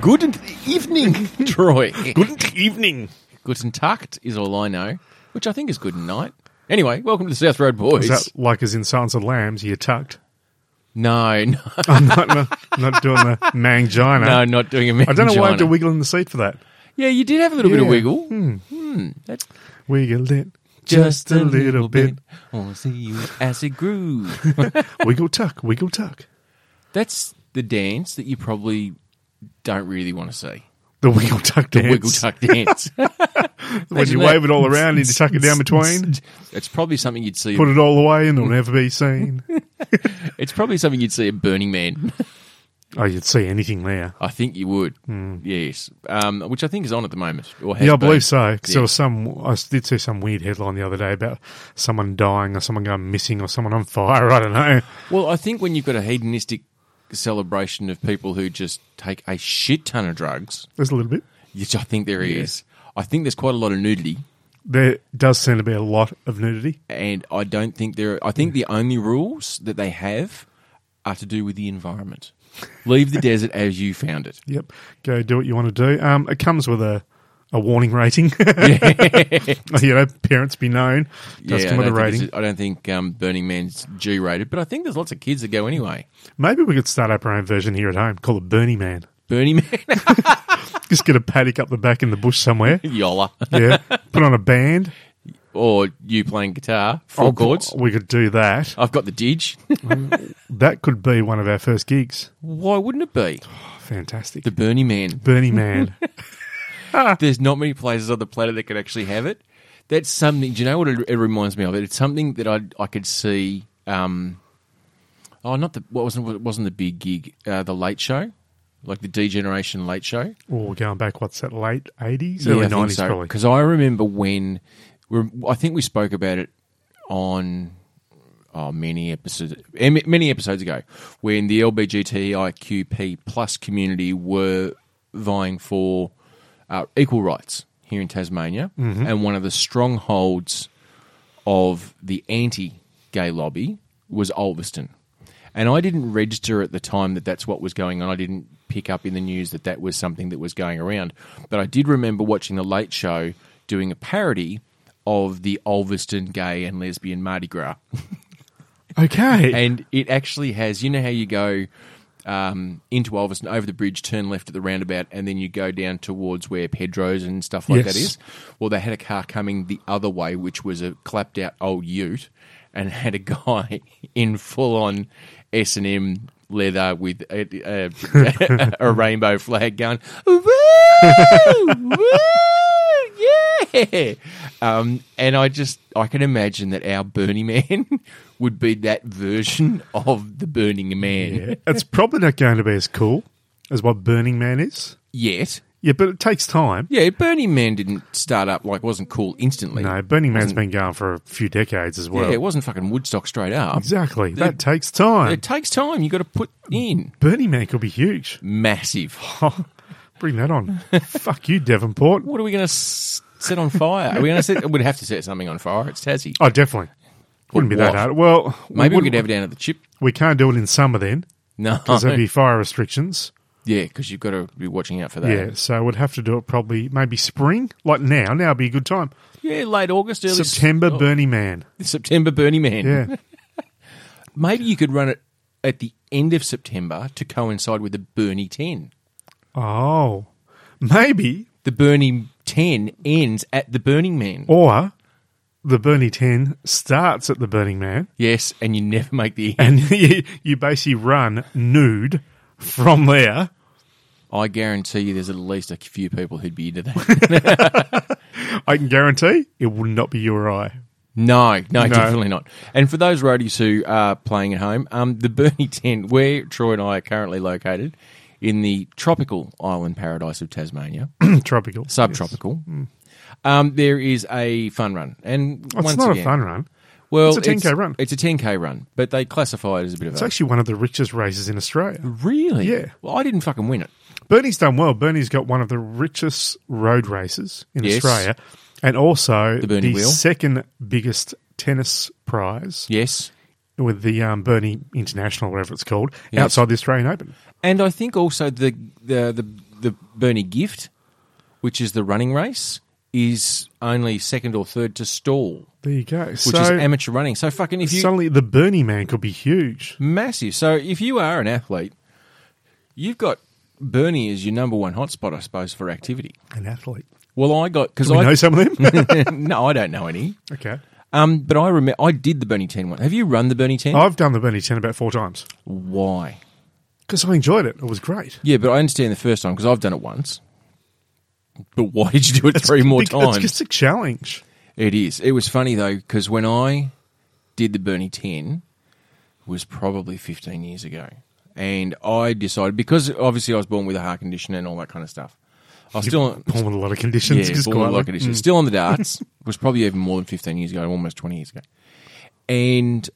Good evening, Troy. Good evening. Guten Takt is all I know, which I think is good night. Anyway, welcome to the South Road Boys. Is that like as in Silence of the Lambs, you're tucked? No, no, I'm not, not, not doing the mangina. no, not doing a I don't know why I mangina. had to wiggle in the seat for that. Yeah, you did have a little bit of Yeah. wiggle. Hmm. That's Wiggle it just a little bit. Wanna see you as it grew. Wiggle tuck, wiggle tuck. That's the dance that you probably don't really want to see. The wiggle tuck The dance. wiggle tuck dance. When you Imagine wave that. it all around and you tuck it down between, It's probably something you'd see. put it all away and it'll never be seen. It's probably something you'd see at Burning Man. Oh, you'd see anything there. I think you would. Yes, um, which I think is on at the moment. Or has Hmm. Yeah, I been. believe so. 'cause Yeah. there was some, I did see some weird headline the other day about someone dying or someone going missing or someone on fire. I don't know. Well, I think when you've got a hedonistic celebration of people who just take a shit ton of drugs, There's a little bit. which I think there is, I think there's quite a lot of nudity, There does seem to be a lot of nudity. and I don't think there. I think the only rules that they have are to do with the environment. Leave the desert as you found it. Yep. Go do what you want to do. Um, it comes with a, a warning rating. you know, parents be known. Does come I with a don't think rating. it's- I don't think um, Burning Man's G-rated, but I think there's lots of kids that go anyway. Maybe we could start up our own version here at home. Call it Bernie Man. Burning Man, Just get a paddock up the back in the bush somewhere. yolla, Yeah. Put on a band. or you playing guitar, four Oh, chords. We could do that. I've got the didge. That could be one of our first gigs. Why wouldn't it be Oh, fantastic. the Burning Man? Bernie Man. There's not many places on the planet that could actually have it. That's something. Do you know what it, it reminds me of? It's something that I I could see. Um, oh, not the what wasn't what wasn't the big gig, uh, the Late Show, like the Degeneration Late Show. or Oh, we're going back, what's that, late 80s? Early 90s, probably. Because I remember when we're, I think we spoke about it on oh, many episodes em- many episodes ago when the LBGTIQP plus community were vying for uh, equal rights here in Tasmania, Mm-hmm. and one of the strongholds of the anti-gay lobby was Ulverston. And I didn't register at the time that that's what was going on. I didn't pick up in the news that that was something that was going around. But I did remember watching The Late Show doing a parody of the Ulverston gay and lesbian Mardi Gras. Okay. And it actually has, you know how you go um, into Ulverston, over the bridge, turn left at the roundabout, and then you go down towards where Pedro's and stuff like that Yes. is? Well, they had a car coming the other way, which was a clapped out old ute, and had a guy in full on S and M leather with a, a, a rainbow flag going. Woo! Woo! Yeah. Um, and I just I can imagine that our Burning Man would be that version of the Burning Man. Yeah. it's probably not going to be as cool as what Burning Man is. Yet. Yeah, but it takes time. Yeah, Burning Man didn't start up like wasn't cool instantly. No, Burning Man's been going for a few decades as well. yeah, it wasn't fucking Woodstock straight up. exactly. That takes time. It takes time. You got to put in Burning Man could be huge. massive. Bring that on. Fuck you, Devonport. What are we going to s- set on fire? Are we going to set? We'd have to set something on fire. It's Tassie. Oh, definitely. Wouldn't be that What? hard. Well, Maybe we wouldn't- could have Oh, it down at the chip. we can't do it in summer then, No, because there'd be fire restrictions. yeah, because you've got to be watching out for that. Yeah, so we'd have to do it probably maybe spring, like now. Now would be a good time. Yeah, late August, early s- September, Burning Man. September, Burning Man. Yeah. Maybe you could run it at the end of September to coincide with the Burnie Ten. oh, maybe The Burnie Ten ends at the Burning Man. Or the Burning 10 starts at the Burning Man Yes, and you never make the. and you, you basically run nude from there. I guarantee you, there's at least a few people who'd be into that. I can guarantee it will not be you or I. No, no, definitely not. And for those roadies who are playing at home, um, the Burnie Tent, where Troy and I are currently located, in the tropical island paradise of Tasmania, Tropical. subtropical, um, there is a fun run. And Oh, It's once not again, a fun run. Well, It's a 10K run. It's a 10k run, but they classify it as a bit of It's a actually one of the richest races in Australia. really. Yeah. Well, I didn't fucking win it. Bernie's done well. Bernie's got one of the richest road races in Yes. Australia and also the, Burnie Wheel. second biggest tennis prize Yes. with the um, Bernie International, whatever it's called, Yes. outside the Australian Open. And I think also the the the, the Bernie Gift, which is the running race, is only second or third to stall, There you go. which so is amateur running. So fucking if you suddenly the Bernie man could be huge. massive. So if you are an athlete, you've got Bernie as your number one hotspot, I suppose, for activity. An athlete. Well, I got because Do we I know some of them? no, I don't know any. okay. Um, but I remember I did the Bernie ten one. Have you run the Bernie ten? I've done the Bernie 10 about four times Why? because I enjoyed it. It was great. Yeah, but I understand the first time because I've done it once. But why did you do it three more Bec- times? It's just a challenge. It is. It was funny though because when I did the Bernie Ten it was probably fifteen years ago, and I decided because obviously I was born with a heart condition and all that kind of stuff. I was still Born with a lot of yeah, conditions. just Mm. born with quietly. lung condition. Still on the darts. was probably even more than fifteen years ago, almost twenty years ago. And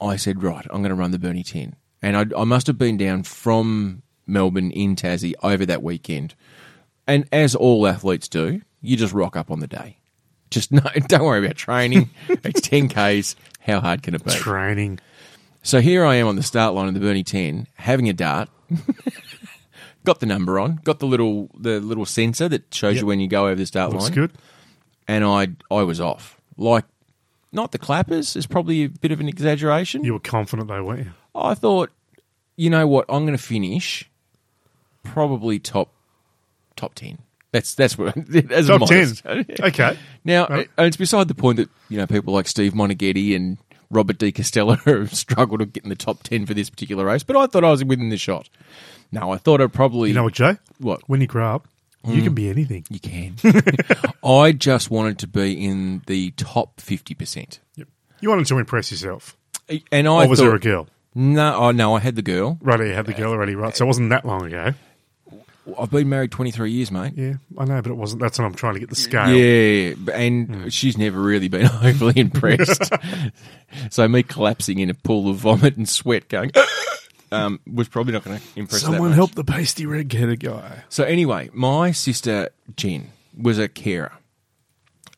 I said, right, I'm going to run the Bernie Ten, and I, I must have been down from Melbourne in Tassie over that weekend. And as all athletes do, you just rock up on the day. Just no, don't worry about training. it's ten k's. How hard can it be? Training. So here I am on the start line of the Bernie Ten, having a dart. got the number on. Got the little the little sensor that shows you when you go over the start Looks line. good. And I I was off. Like not the clappers is probably a bit of an exaggeration. You were confident though, weren't you? I thought, you know what, I'm going to finish probably top top ten. That's that's what as a Top modest. 10. Okay. Now, Right. and it's beside the point that you know people like Steve Monaghetti and Robert De Costello have struggled to get in the top ten for this particular race. But I thought I was within the shot. No, I thought I probably You know what, Joe? What? Mm. When you grow up, you can be anything. you can. I just wanted to be in the top fifty percent, Yep. You wanted to impress yourself. and I Or was thought, there a girl? no, oh, no, I had the girl. Right, you had the girl already, right? So it wasn't that long ago. I've been married twenty three years, mate. Yeah, I know, but it wasn't. That's what I'm trying to get the scale. Yeah, b- and she's never really been overly impressed. so me collapsing in a pool of vomit and sweat, going, um, was probably not going to impress her that Someone much. help the pasty red-headed guy. So anyway, my sister Jen was a carer,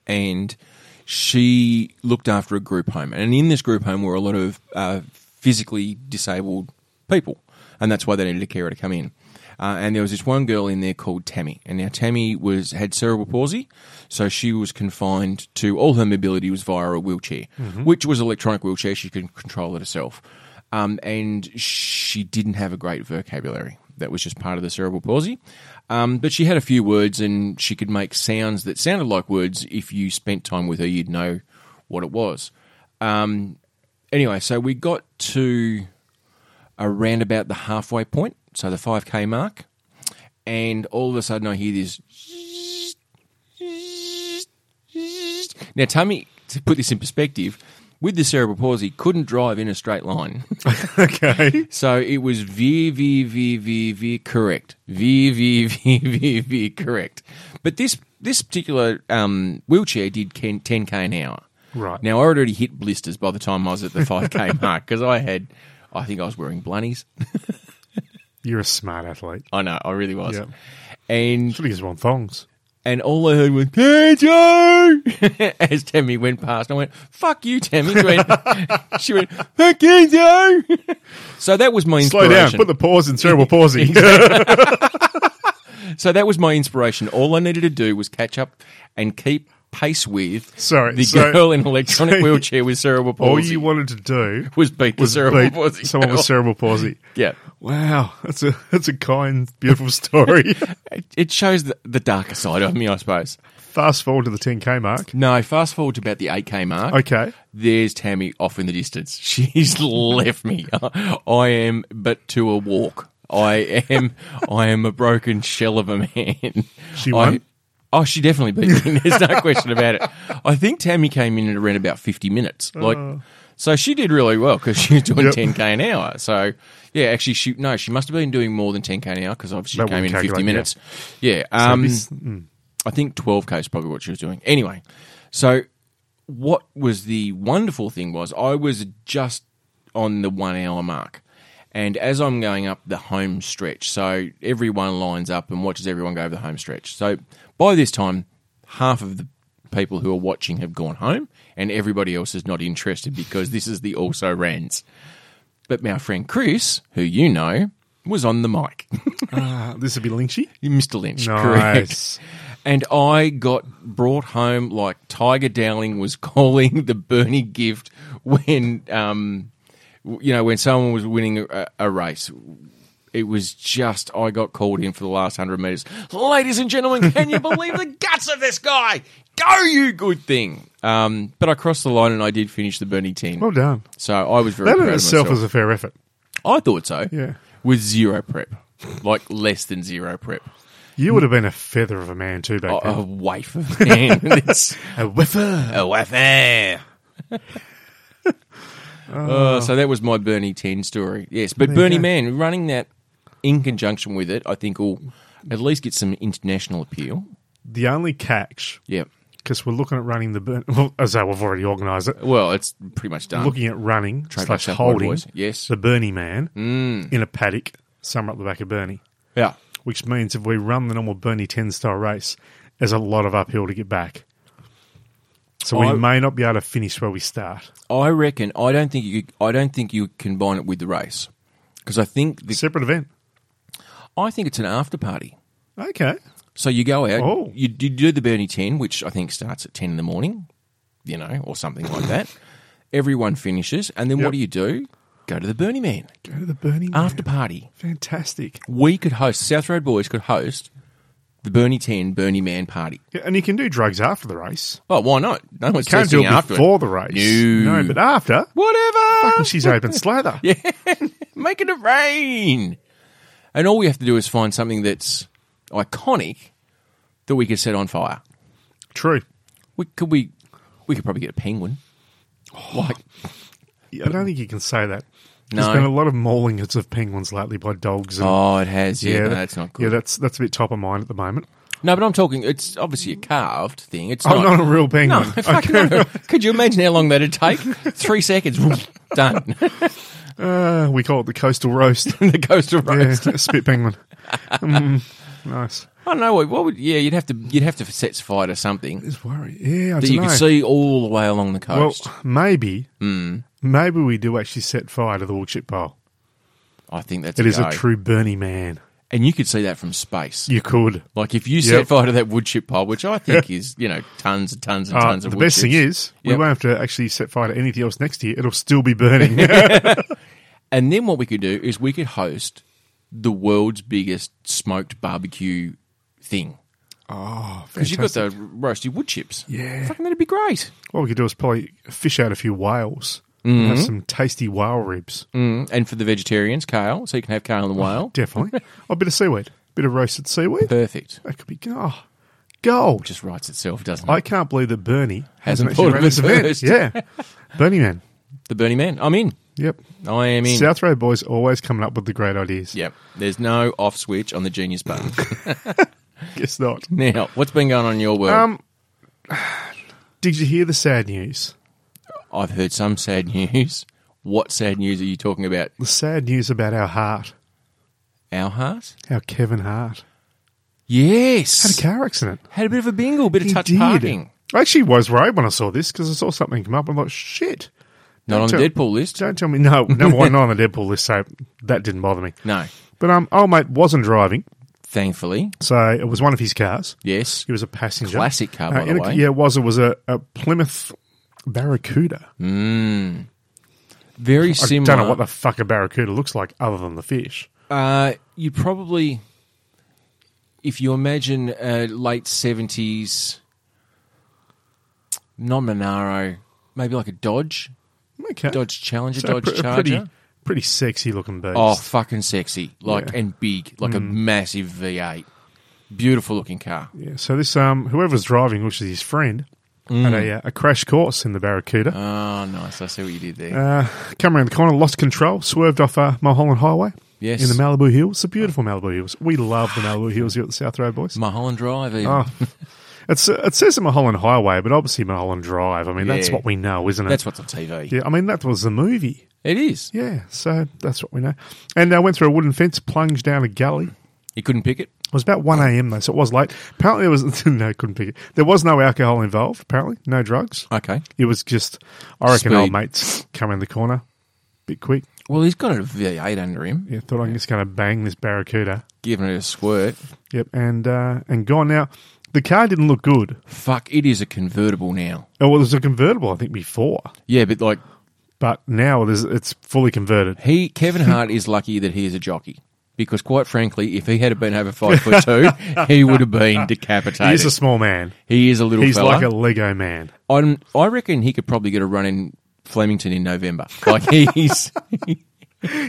and she looked after a group home. And in this group home were a lot of uh, physically disabled people, and that's why they needed a carer to come in. Uh, and there was this one girl in there called Tammy, and now Tammy was had cerebral palsy, so she was confined to all her mobility was via a wheelchair, which was electronic wheelchair. She could control it herself, um, and she didn't have a great vocabulary that was just part of the cerebral palsy. Um, but she had a few words and she could make sounds that sounded like words. If you spent time with her, you'd know what it was. Um, anyway, so we got to around about the halfway point, so the 5K mark. And all of a sudden, I hear this. Now, Tummy, to put this in perspective, with the cerebral palsy, couldn't drive in a straight line. okay. So it was V V V V V correct. V V V V V correct. But this this particular um, wheelchair did ten k an hour. Right. now, I already hit blisters by the time I was at the five k mark because I had, I think I was wearing blunnies. You're a smart athlete. I know, I really was. Yeah. And Should have just worn thongs. and all I heard was Kenzo as Tammy went past. And I went, "Fuck you, Tammy." She went, she went "Fuck Kenzo. so that was my Slow inspiration. down. Put the pause in cerebral palsy. So that was my inspiration. All I needed to do was catch up and keep pace with Sorry, the so- girl in electronic so- wheelchair with cerebral palsy. All you wanted to do was beat the was cerebral beat palsy. someone with girl. cerebral palsy. yeah, Wow, that's a that's a kind, beautiful story. it, it shows the, the darker side of me, I suppose. Fast forward to the 10k mark. No, fast forward to about the eight k mark. Okay, There's Tammy off in the distance. She's left me. I am but to a walk. I am. I am a broken shell of a man. She won? I- oh, she definitely beat me. There's no question about it. I think Tammy came in at around about 50 minutes. Like, so she did really well because she was doing Oh. Yep. 10k an hour. So yeah, actually, she no, she must have been doing more than 10k an hour because obviously That she came in wouldn't 50 calculate, minutes. Yeah. Um, this- I think 12k is probably what she was doing. Anyway, so what was the wonderful thing was I was just on the one hour mark. And as I'm going up the home stretch, so everyone lines up and watches everyone go over the home stretch. So by this time, half of the people who are watching have gone home, and everybody else is not interested because this is the also rans. But my friend Chris, who you know, was on the mic. Ah, this would be Lynchy. Mr. Lynch, Nice. correct. And I got brought home like Tiger Dowling was calling the Bernie gift when, um, w- you know, when someone was winning a, a race. It was just, I got called in for the last 100 metres. Ladies and gentlemen, can you believe the guts of this guy? Go, you good thing. Um, but I crossed the line and I did finish the Bernie 10. Well done. So I was very That proud of in itself myself. is a fair effort. I thought so. Yeah. With zero prep. Like less than zero prep. You Mm. would have been a feather of a man too back A, a waif of man. It's then. A whiffer. a waif. Oh, so that was my Bernie 10 story. Yes, but Bernie go. Man, running that in conjunction with it, I think will at least get some international appeal. The only catch, Yeah. because we're looking at running the burn. Well, as I say, we've already organised it. Well, it's pretty much done. Looking at running Trademark slash South Wide holding Boys. Yes. Mm. the Bernie man in a paddock somewhere up the back of Bernie, Yeah. which means if we run the normal Bernie 10 style race, there's a lot of uphill to get back. So we I- may not be able to finish where we start. I reckon I don't think you I don't think you combine it with the race. Because I think the, Separate event. I think it's an after party. Okay. So you go out, Oh. you, you do the Bernie 10, which I think starts at 10 in the morning, you know, or something like that. Everyone finishes, and then Yep. what do you do? Go to the Bernie Man Go to the Bernie man. after party. Fantastic. We could host, South Road Boys could host the Bernie 10 Bernie Man party. Yeah, and you can do drugs after the race. Oh, why not? No one's Can't do testing it after before it. the race. No. but after. Whatever! Fucking she's open slather. Making it rain! And all we have to do is find something that's iconic that we could set on fire. True. We could we we could probably get a penguin. Oh. Like I don't think you can say that. No. There's been a lot of maulings of penguins lately by dogs. And, Oh, it has. Yeah, no, that- that's not Yeah, good. that's that's a bit top of mind at the moment. no, but I'm talking. It's obviously a carved thing. It's I'm not. not a real Oh, no, penguin. fucking not. Could you imagine how long that'd take? Three seconds. Done. Uh, we call it the coastal roast. the coastal yeah, roast. spit penguin. Mm, nice. I don't know. What, what would? Yeah, you'd have to. You'd have to set fire to something Just worry. Yeah, I that don't you know. could see all the way along the Hmm. well, coast. maybe, maybe we do actually set fire to the woodchip pole. I think that's It is go. a true Bernie man. And you could see that from space. You could. Like if you set Yep. fire to that wood chip pile, which I think is you know tons and tons and Uh, tons the of wood best thing chips. is, we Yep. won't have to actually set fire to anything else next year. It'll still be burning. And then what we could do is we could host the world's biggest smoked barbecue thing. oh, Because you've got the roasted wood chips. Yeah. Fucking that'd be great. What we could do is probably fish out a few whales. Mm-hmm. Have some tasty whale ribs. Mm. And for the vegetarians, kale. So you can have kale and whale. Definitely. a bit of seaweed. bit of roasted seaweed. Perfect. That could be oh, gold. Just writes itself, doesn't it? I can't believe that Bernie Hasn't hasn't actually thought ran of it this event. first. Yeah. Bernie man. the Bernie Man. I'm in. Yep. I am in. South Road boys always coming up with the great ideas. Yep. There's no off switch on the genius button. Guess not. now, what's been going on in your world? Um, did you hear the sad news? I've heard some sad news. What sad news are you talking about? The sad news about our heart, Our heart? our Kevin Hart. Had Yes. a car accident. Had a bit of a bingle, bit of He touch did. parking. I actually was worried when I saw this because I saw something come up. I'm like, shit. Not Don't on the tell- Deadpool list. Don't tell me. No, number one, not on the Deadpool list, so that didn't bother me. No. But um, old mate wasn't driving, Thankfully. so it was one of his cars. Yes. He was a passenger. Uh, Classic car, by in the a- way. Yeah, it was. It was a, a Plymouth Barracuda. Very I similar. don't know what the fuck a Barracuda looks like other than the fish. Uh, you probably, if you imagine uh, late seventies, non Monaro, maybe like a Dodge, Okay. Dodge Challenger, So Dodge pre- a Charger. Pretty, pretty sexy looking beast. Oh, fucking sexy! Like Yeah. Mm. and big, like a massive V eight. Beautiful looking car. Yeah, so this um, whoever's driving, which is his friend, Mm. had a, uh, a crash course in the Barracuda. Oh, nice. I see what you did there. Uh, come around the corner, lost control, swerved off uh, Mulholland Highway. Yes. In the Malibu Hills. The beautiful Malibu Hills. We love the Malibu Hills here at the South Road Boys. Mulholland Drive. Even. Oh. It's, uh, it says the Mulholland Highway, but obviously Mulholland Drive. I mean, that's Yeah. what we know, isn't it? That's what's on TV. yeah, I mean, that was the movie. It is. Yeah, so that's what we know. And uh, went through a wooden fence, plunged down a gully. You couldn't pick it. It was about 1 a.m., though, so it was late. Apparently, there was no, couldn't pick it. There was no alcohol involved, apparently, no drugs. Okay. It was just, I reckon, Speed. old mates come in the corner, bit quick. Well, he's got a V8 under him, Yeah, thought I'm just going to bang this Barracuda. giving it a squirt. Yep, and uh, and gone now. The car didn't look good. Fuck, it is a convertible now. Oh, well, it was a convertible, I think, before, Yeah, but like but now it is, it's fully converted. he, Kevin Hart is lucky that he is a jockey because, quite frankly, if he had been over five foot two, he would have been decapitated. He is a small man. little He's fella. like a Lego man. I'm, I reckon he could probably get a run in Flemington in November. Like he's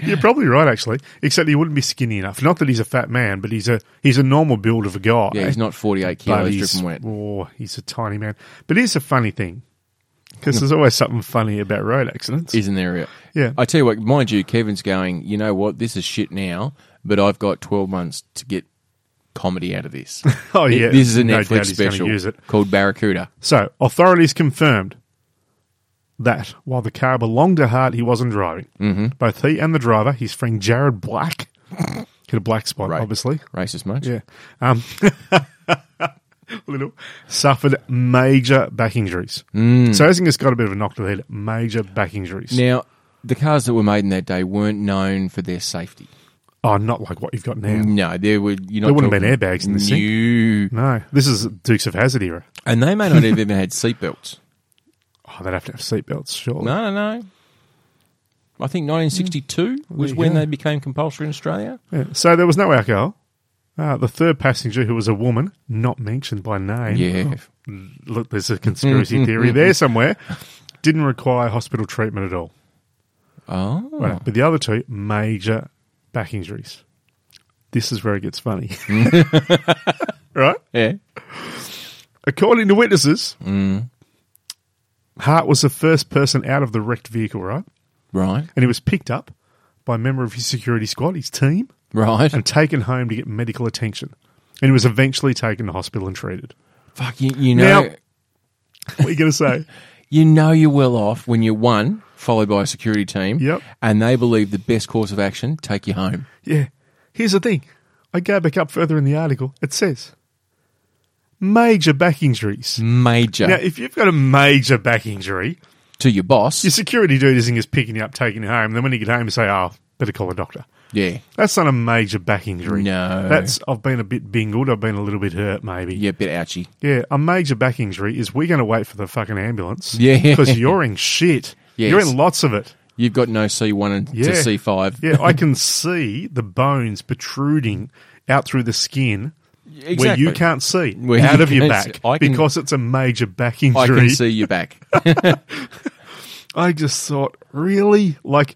You're probably right, actually. Except he wouldn't be skinny enough. Not that he's a fat man, but he's a he's a normal build of a guy. yeah, he's not 48 but kilos he's, dripping wet. Oh, he's a tiny man. But here's a funny thing, because there's always something funny about road accidents. Isn't there? a- Yeah. I tell you what, mind you, Kevin's going. You know what? This is shit now, but I've got 12 months to get comedy out of this. Oh, yeah. This is a No Netflix doubt he's gonna special use it. called Barracuda. So authorities confirmed that while the car belonged to Hart, he wasn't driving. Mm-hmm. Both he and the driver, his friend Jared Black, hit a black spot, Right. obviously. Racist much? Yeah. Um, little suffered major back injuries. Mm. So Ezinger's got a bit of a knock to the head. Major back injuries. Now, the cars that were made in that day weren't known for their safety. Oh, not like what you've got now. No, there were you know There wouldn't have been airbags in this thing. No, this is Dukes of Hazard era. and they may not have even had seatbelts. Oh, they'd have to have seatbelts, surely. No, no, no. I think 1962 was Mm. you when go. they became compulsory in Australia. Yeah. So there was no alcohol. Uh, the third passenger, who was a woman, not mentioned by name. Yeah, Look, there's a conspiracy theory there somewhere. Didn't require hospital treatment at all. oh, Right. But the other two, major back injuries. This is where it gets funny. right? yeah. According to witnesses, Hart was the first person out of the wrecked vehicle, right? Right, And he was picked up by a member of his security squad, his team, right. and taken home to get medical attention. And he was eventually taken to hospital and treated. Fuck you. You know, Now- What are you going to say? you know you're well off when you're one, followed by a security team. Yep. And they believe the best course of action take you home. yeah. Here's the thing. I go back up further in the article. It says major back injuries. Major Now, if you've got a major back injury, to your boss. your security dude isn't just picking you up, taking you home. Then when you get home, you say, oh, better call a doctor. Yeah. That's not a major back injury. No. That's, I've been a bit bingled. I've been a little bit hurt, maybe. Yeah, bit ouchy. Yeah, a major back injury is we're going to wait for the fucking ambulance. Yeah. Because you're in shit. Yes. You're in lots of it. You've got no C1 and Yeah. to C5. Yeah, I can see the bones protruding out through the skin where Exactly. you can't see Where out you of your can't see- back I can- because it's a major back I injury. can see your back. I just thought, really? Like,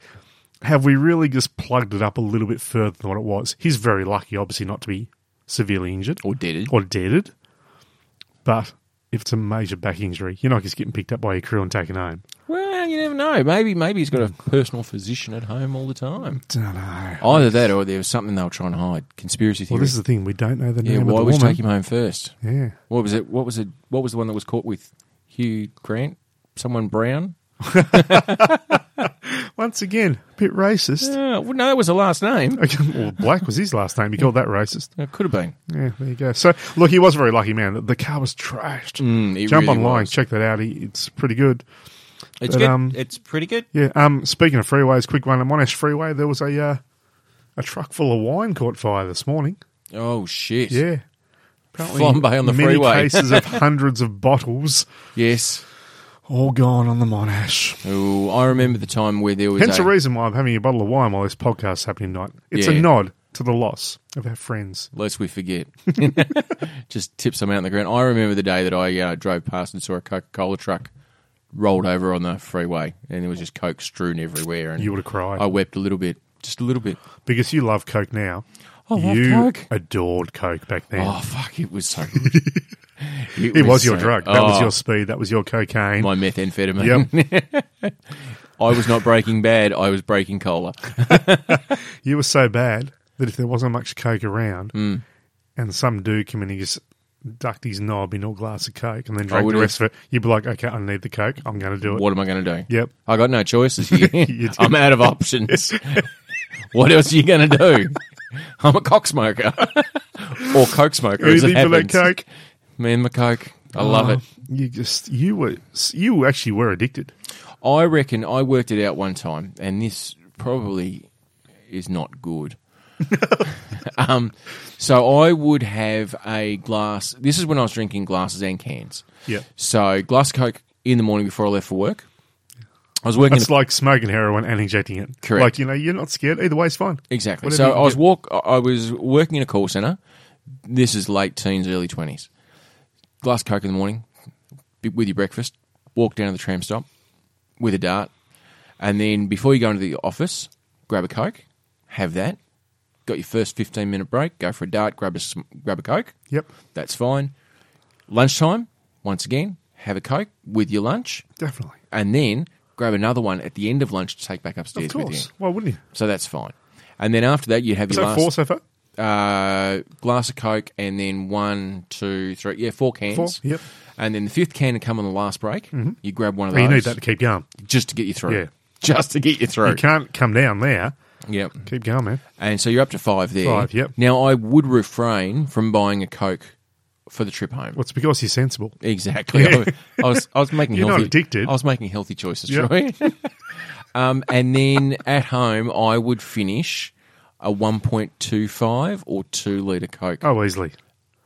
have we really just plugged it up a little bit further than what it was? He's very lucky, obviously, not to be severely injured or deaded. or deaded. But if it's a major back injury, you're not just getting picked up by your crew and taken home. Well, you never know. Maybe maybe he's got a personal physician at home all the time. Don't know. Either that or there was something they were trying to hide. Conspiracy Well, theory. this is the thing. We don't know the yeah, name why of the was woman. take him home first? yeah. What was it? What was it? What was the one that was caught with Hugh Grant? Someone brown? Once again, a bit racist. Uh, well, no, that was the last name. Okay, well, Black was his last name. He called that racist. It could have been. Yeah, there you go. So, look, he was a very lucky man. The- The car was trashed. Mm, it Jump really online, was. check that out. He, it's pretty good. It's But, good. um, it's pretty good. Yeah. Um. Speaking of freeways, quick one. On Monash Freeway, there was a uh, a truck full of wine caught fire this morning. Oh shit! Yeah. Flambe on the many freeway. cases of hundreds of bottles Yes. all gone on the Monash. Oh, I remember the time where there was Hence a, the reason why I'm having a bottle of wine while this podcast's happening tonight. It's Yeah. a nod to the loss of our friends. lest we forget. Just tip some out on the ground. I remember the day that I uh, drove past and saw a Coca Cola truck rolled over on the freeway, and there was just Coke strewn everywhere. And You would have cried I wept a little bit, just a little bit. because you love Coke now. I love you Coke. adored Coke back then. Oh fuck! It was so. Good. it was, your so- drug. That was oh, your speed. That was your cocaine. my methamphetamine. I was not Breaking Bad. I was Breaking Cola. You were so bad that if there wasn't much coke around, Hmm. and some dude came in and just ducked his knob in a glass of coke and then drank the would've- rest of it, you'd be like, "Okay, I need the coke. I'm going to do it." What am I going to do? Yep. I got no choices here. did. I'm out of options. what else are you going to do? I'm a cock smoker or coke smoker. as it Anything for happens. that coke? Oh, Me and my coke. I love it. You just you were you actually were addicted. I reckon I worked it out one time, and this probably is not good. um, so I would have a glass. This is when I was drinking glasses and cans. Yeah. So glass of Coke in the morning before I left for work. I was working It's like smoking heroin and injecting it. Correct. Like, you know, you're not scared. Either way is fine. Exactly. Whatever so you can I was get. walk. I was working in a call center. This is late teens, early twenties. Glass of coke in the morning, be- with your breakfast. Walk down to the tram stop with a dart, and then before you go into the office, grab a coke, have that. Got your first fifteen minute break. Go for a dart. Grab a sm- grab a coke. Yep. That's fine. Lunchtime, once again, have a coke with your lunch, Definitely. and then grab another one at the end of lunch to take back Of upstairs with course. you. Why wouldn't you? So that's fine. And then after that, you have Is your that last four so far? uh, glass of Coke, and then one, two, three, yeah, four cans. Four, yep. And then the fifth can to come on the last break. You grab one of But those. you need that to keep going. just to get you through. Yeah. Just to get you You through. can't come down there. Yep. Keep going, man. And so you're up to five there. Five, yep. Now I would refrain from buying a Coke for the trip home. Well, it's because you're sensible. Exactly. I, I was I was making You're not healthy, addicted. I was making healthy choices, Yeah. Troy. um, and then at home, I would finish a 1.25 or two liter Coke, Oh, easily.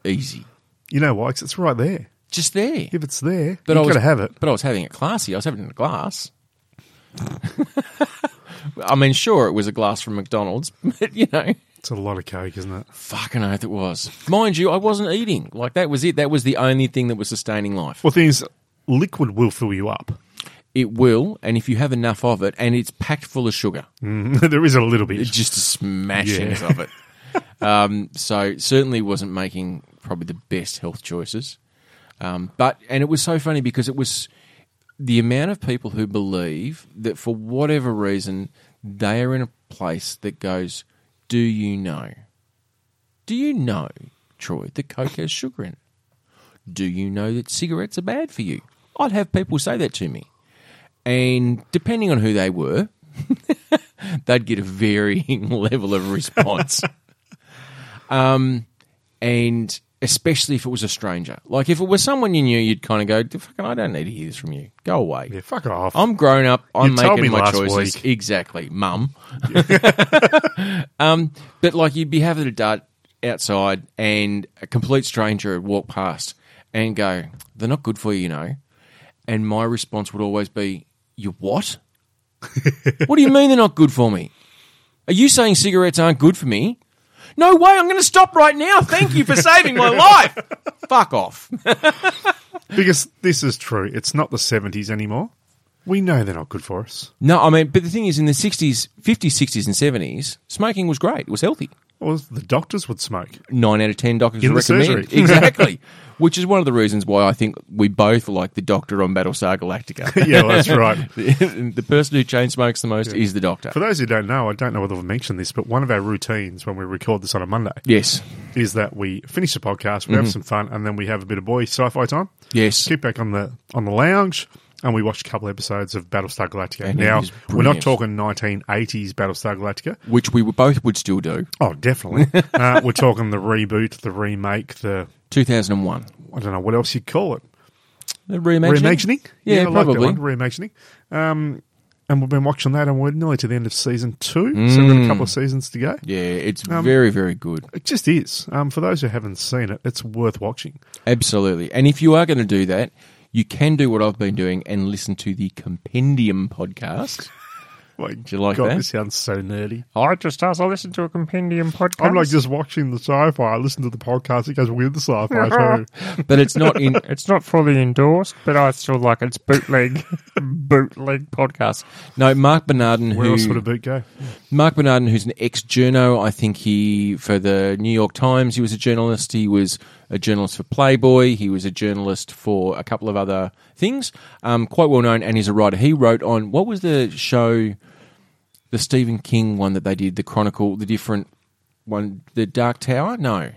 easy, You know why? 'Cause it's right there. just there. If it's there, But I you've was- got to have it. But I was having it classy. I was having it in a glass. I mean, sure, it was a glass from McDonald's, but you know, It's a lot of coke, isn't it? fucking oath it was. Mind you, I wasn't eating. Like that was it. That was the only thing that was sustaining life. Well, the thing is, liquid will fill you up. It will, and if you have enough of it, and it's packed full of sugar, Mm, there is a little bit. it's just a smashings of it. Um, so certainly wasn't making probably the best health choices. Um, but and it was so funny because it was the amount of people who believe that for whatever reason they are in a place that goes, "Do you know? Do you know, Troy, that Coke has sugar in it? Do you know that cigarettes are bad for you?" I'd have people say that to me, and depending on who they were, they'd get a varying level of response. um, and especially if it was a stranger, like if it was someone you knew, you'd kind of go, "Fucking, I don't need to hear this from you. Go away." Yeah, fuck off. I'm grown up. I'm You told making me my last choices. week. Exactly, mum. um, but like you'd be having a dart outside, and a complete stranger would walk past and go, "They're not good for you, you know." And my response would always be, "You what? what do you mean they're not good for me? Are you saying cigarettes aren't good for me?" No way! I'm going to stop right now. Thank you for saving my life. Fuck off. because this is true. It's not the 70s anymore. We know they're not good for us. No, I mean, but the thing is, in the 60s, 50s, 60s, and 70s, smoking was great. It was healthy. Well, the doctors would smoke. Nine out of 10 doctors In would the recommend. surgery. Exactly. Which is one of the reasons why I think we both like the doctor on Battlestar Galactica. Yeah, well, that's right. the, the person who chain smokes the most is the doctor. For those who don't know, I don't know whether I've mentioned this, but one of our routines when we record this on a Monday yes. is that we finish the podcast, we Mm-hmm. have some fun, and then we have a bit of boy sci-fi time. Yes. Sit back on the on the lounge, and we watch a couple episodes of Battlestar Galactica. And it now is we're not brilliant. talking 1980s Battlestar Galactica. Which we would- both would still do. Oh, definitely. uh, we're talking the reboot, the remake, the 2001. I don't know what else you call it. The reimagining? reimagining. Yeah, I like that probably. one, reimagining. Um, and we've been watching that, and we're nearly to the end of season two, so we've got Mm. a couple of seasons to go. Yeah, it's Um, very, very good. It just is. Um, for those who haven't seen it, it's worth watching. Absolutely. And if you are going to do that, you can do what I've been doing and listen to the Compendium podcast. Like, Do you like God, that? this sounds so nerdy. I just asked, I listened to a compendium podcast. I'm like just watching the sci-fi. I listen to the podcast. It goes with the sci-fi too. But it's not in it's not fully endorsed, but I still like it's bootleg, bootleg podcast. No, Mark Bernardin, Where who else would a boot go? Mark Bernardin, who's an ex-journo, I think he for the New York Times, he was a journalist. He was a journalist for Playboy. He was a journalist for a couple of other things. Um, quite well known, and he's a writer. He wrote on what was the show, the Stephen King one that they did, the Chronicle, the different one, the Dark Tower. No,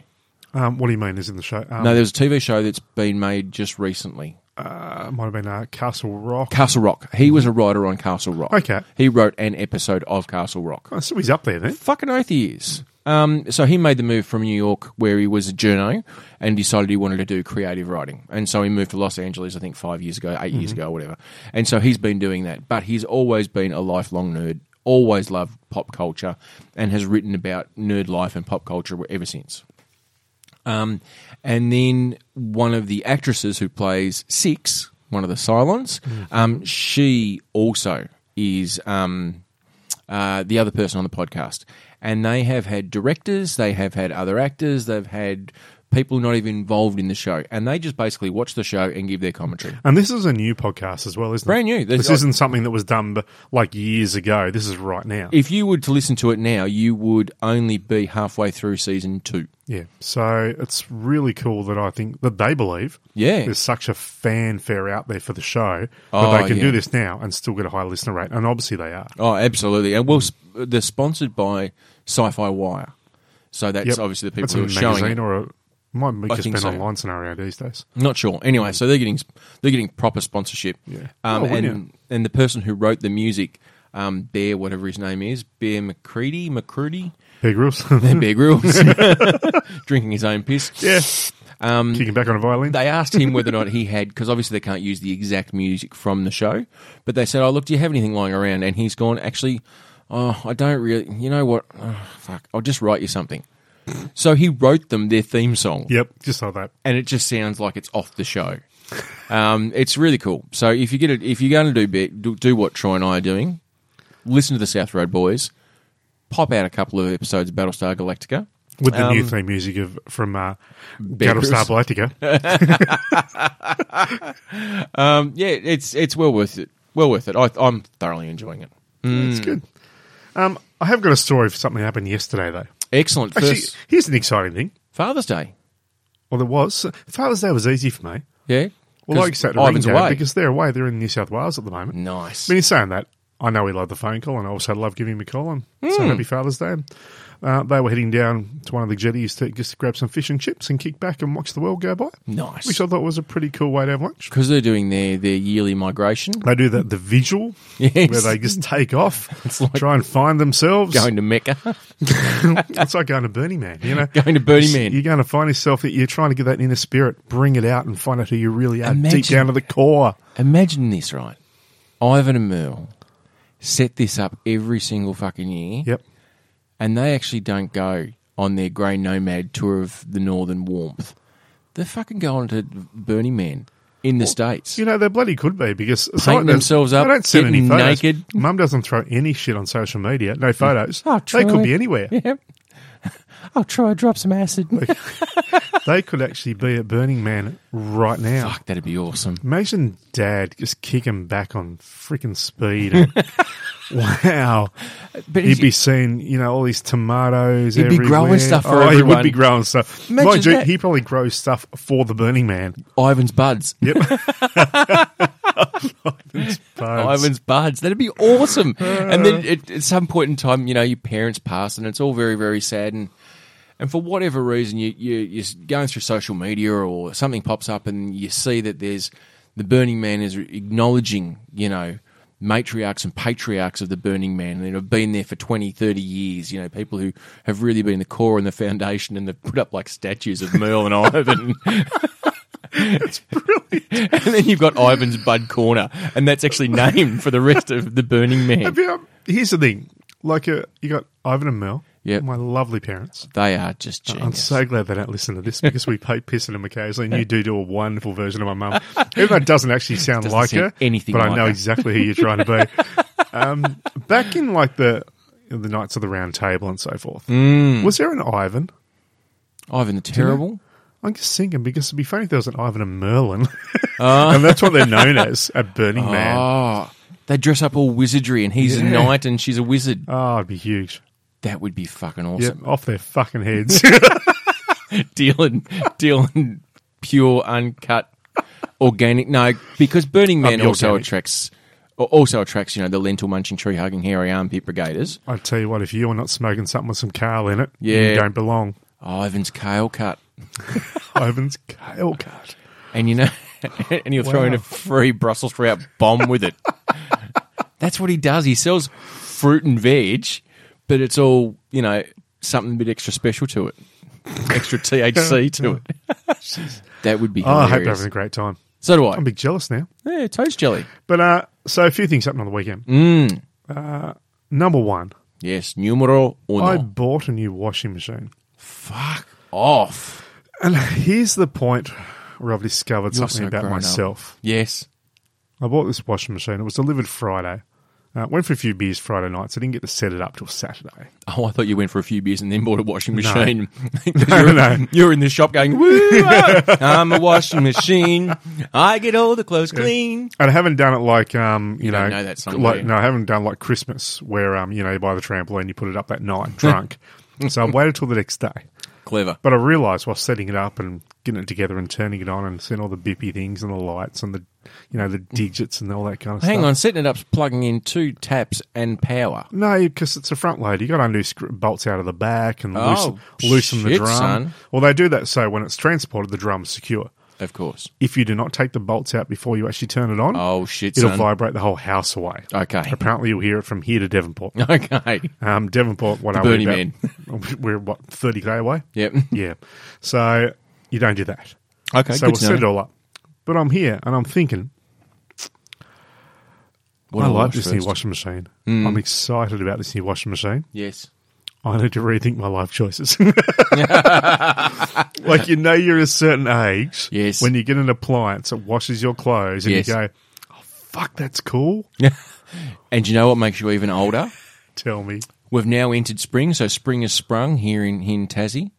Um, what do you mean? Is in the show? Um, no, there was a TV show that's been made just recently. uh, it might have been uh, Castle Rock. Castle Rock. He was a writer on Castle Rock. Okay. He wrote an episode of Castle Rock. Oh, so he's up there then. Fucking oath he is. Um, so he made the move from New York, where he was a journo, and decided he wanted to do creative writing. And so he moved to Los Angeles, I think, five years ago, 8 years ago, whatever. And so he's been doing that, but he's always been a lifelong nerd. always loved pop culture and has written about nerd life and pop culture ever since. Um, and then one of the actresses who plays Six, one of the Cylons, um, she also is um, uh, the other person on the podcast. And they have had directors, they have had other actors, they've had people not even involved in the show. And they just basically watch the show and give their commentary. And this is a new podcast as well, isn't Brand it? new. This- This, isn't something that was done b- like years ago. This is right now. If you were to listen to it now, you would only be halfway through season two. yeah. So it's really cool that I think that they believe Yeah. there's such a fanfare out there for the show that Oh, they can yeah. do this now and still get a high listener rate. And obviously they are. Oh, absolutely. And well, sp- they're sponsored by Sci-Fi Wire, so that's Yep. obviously the people That's who are a magazine showing. It. or a might be just think been so. online scenario these days. Not sure. Anyway, so they're getting they're getting proper sponsorship. Yeah. Um, Oh, and wouldn't and the person who wrote the music, um, Bear, whatever his name is, Bear McCready, McCready, Big rules. Bear Grylls, drinking his own piss. yeah. um, Kicking back on a violin. They asked him whether or not he had, because obviously they can't use the exact music from the show, but they said, "Oh, look, do you have anything lying around?" And he's gone, "Actually, oh, I don't really. You know what? Oh, fuck, I'll just write you something." So he wrote them their theme song, yep. Just like that. and it just sounds like it's off the show. Um, it's really cool. So if you get it, if you're going to do, bit, do do what Troy and I are doing, listen to the South Road Boys, pop out a couple of episodes of Battlestar Galactica. With the new Um, theme music of from uh, Grylls. Battlestar Galactica. Um, yeah, it's it's well worth it. Well worth it. I, I'm thoroughly enjoying it. It's good. Um, I have got a story for something that happened yesterday, though. Excellent. First Actually, here's an exciting thing. Father's Day. Well, there was. Father's Day was easy for me. Yeah. Well, 'Cause I accept a ring Ivan's dad away. Mm. because they're away. They're in New South Wales at the moment. nice. But in saying that, I know he loved the phone call, and I also love giving him a call. And so Mm. happy Father's Day. And, uh, they were heading down to one of the jetties to just grab some fish and chips and kick back and watch the world go by, nice. which I thought was a pretty cool way to have lunch. Because they're doing their, their yearly migration. They do the, the visual Yes. where they just take off, It's like- try and find themselves. Going to Mecca. It's like going to Burning Man, you know. Going to Burning Man. You're going to find yourself that you're trying to get that inner spirit, bring it out, and find out who you really are deep Imagine- down to the core. Imagine this, right? Ivan and Merle set this up every single fucking year. Yep. And they actually don't go on their grey nomad tour of the northern warmth. They're fucking going to Burning Man in the States. You know, they bloody could be because Painting themselves up, They don't send any getting photos. naked. Mum doesn't throw any shit on social media. No photos. Oh, they could Troy. be anywhere. yeah. I'll try drop some acid. They could actually be at Burning Man right now. Fuck, that'd be awesome. Imagine Dad just kicking back on freaking speed. And, wow, But he'd be seeing you know all these tomatoes. He'd be everywhere. growing stuff for oh, He everyone. would be growing stuff. Imagine Mind you, that. he probably grows stuff for the Burning Man. Ivan's buds. Yep. Ivan's buds. That'd be awesome. and then at, at some point in time, you know, your parents pass, and it's all very, very sad. And and for whatever reason, you, you you're going through social media or something pops up, and you see that there's the Burning Man is acknowledging, you know. Matriarchs and patriarchs of the Burning Man that have been there for 20, 30 years, you know, people who have really been the core and the foundation and they've put up like statues of Merle and Ivan. and then you've got Ivan's Bud Corner, and that's actually named for the rest of the Burning Man. Yeah, um, here's the thing. Like uh, you got Ivan and Mel. Yep. My lovely parents. They are just Oh, I'm genius. so glad they don't listen to this because we pay piss at them occasionally, and you do do a wonderful version of my mum. Even though it doesn't actually sound Doesn't like seem her, anything but I like know her. exactly who you're trying to be. um, back in like the the Knights of the Round Table and so forth, Hmm. was there an Ivan? Ivan the Terrible. I'm just thinking because it'd be funny if there was an Ivan and Merlin, Ah. and that's what they're known as at Burning Man. Oh, they dress up all wizardry, and he's a Yeah. knight and she's a wizard. Oh, it'd be huge. That would be fucking Yep, awesome. off their fucking heads. Dealing, dealing pure, uncut, organic. No, because Burning Man the also organic. attracts. Also attracts, you know, the lentil munching, tree hugging, hairy armpit brigaders. I tell you what, if you are not smoking something with some kale in it, Yeah. you don't belong. Ivan's kale cut, Ivan's kale cut. and you know, and he'll throw in a Wow. free Brussels sprout bomb with it. That's what he does. He sells fruit and veg, but it's all you know something a bit extra special to it, extra THC to it. that would be Oh, I hope they're hilarious. having a great time. so do I. I'm a bit jealous now. Yeah, toast jelly. Mm. But uh, so a few things happened on the weekend. Uh, Number one, Yes, numero uno. I bought a new washing machine. Oh, Fuck off. And here's the point where I've discovered You're something so about grown up. myself. Yes. I bought this washing machine. It was delivered Friday. Uh, went for a few beers Friday night, so I didn't get to set it up till Saturday. Oh, I thought you went for a few beers and then bought a washing No. machine. No, you're, no. you're in the shop going, woo, ah, I'm a washing machine. I get all the clothes clean. And I haven't done it like um, you, know, don't know that song, do like you? no, I haven't done like Christmas where um, you know, you buy the trampoline, you put it up that night drunk. so I waited till the next day. Clever. But I realised while setting it up and getting it together and turning it on and seeing all the bippy things and the lights and the you know the digits and all that kind of Hang stuff. on, setting it up's plugging in two taps and power. No, because it's a front load. You got to undo scr- bolts out of the back and Oh, loosen, loosen the shit, drum. son. Well, they do that so when it's transported, the drum's secure. Of course. If you do not take the bolts out before you actually turn it on, Oh, shit, it'll son. vibrate the whole house away. Okay. Apparently, you'll hear it from here to Devonport. Okay. Um, Devonport, what are Burning we about? We're what thirty k away. Yep. Yeah, so you don't do that. Okay, good so we'll to set it know. all up. But I'm here and I'm thinking, I do like wash this new first? washing machine. Hmm. I'm excited about this new washing machine. Yes. I need to rethink my life choices. like you know, you're a certain age. Yes. When you get an appliance that washes your clothes, and Yes. you go, "Oh fuck, that's cool." And you know what makes you even older? Tell me, We've now entered spring, so spring has sprung here in, in Tassie.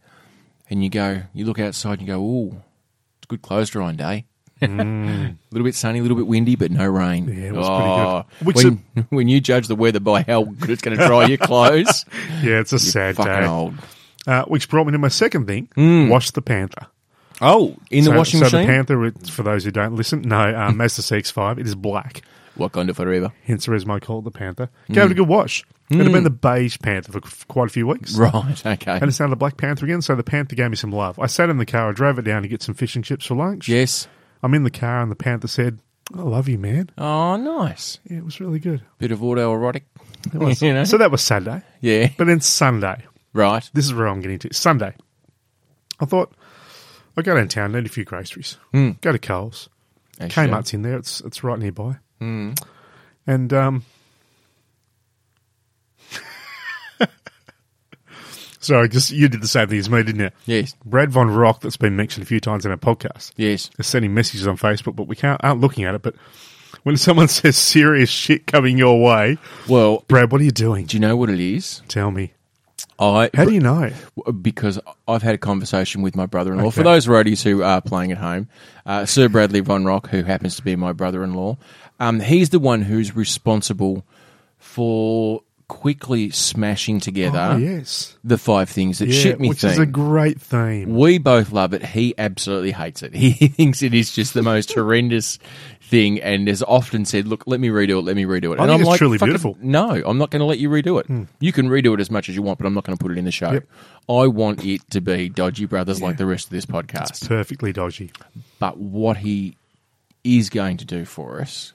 And you go, you look outside and you go, ooh, it's a good clothes drying day. A little bit sunny, a little bit windy, but no rain. Oh, Yeah, it was pretty good. Which when, when you judge the weather by how good it's going to dry your clothes, yeah, it's a sad fucking day. old. Uh, which brought me to my second thing: wash the panther. Oh, in the so, washing so machine? the panther, it- for those who don't listen, no, um, Mazda CX-5, it is black. Wakanda forever. Hence the reason why I call it the panther. Gave Mm. it a good wash. It had been the beige panther for c- quite a few weeks. Right, okay. And it's now the Black Panther again, so the Panther gave me some love. I sat in the car, I drove it down to get some fish and chips for lunch. Yes. I'm in the car, and the Panther said, I love you, man. Oh, nice. Yeah, it was really good. Bit of autoerotic. It was. You know? So that was Saturday. Yeah, But then Sunday, right. this is where I'm getting to. Sunday, I thought, I'll go downtown, need a few groceries, Mm. go to Coles. Actually, Kmart's in there, it's, it's right nearby. Hmm. And um, sorry, just you did the same thing as me, didn't you? Yes, Brad Von Rock, that's been mentioned a few times in our podcast, yes. is sending messages on Facebook, but we can't, aren't looking at it. But when someone says serious shit coming your way, Well, Brad, what are you doing? do you know what it is? Tell me. I How do you know? because I've had a conversation with my brother-in-law. For Okay. those roadies who are playing at home, uh, Sir Bradley Von Rock, who happens to be my brother-in-law, um, he's the one who's responsible for quickly smashing together Oh, yes. the five things that Yeah, Ah. shit me which thing. is a great theme. we both love it. He absolutely hates it. He thinks it is just the most horrendous thing, and has often said, "Look, let me redo it. Let me redo it." I and think I'm it's like, truly "Fucking beautiful." Hmm. No, I'm not going to let you redo it. You can redo it as much as you want, but I'm not going to put it in the show. Yep. I want it to be dodgy brothers like the rest of this podcast. Perfectly dodgy. But what he is going to do for us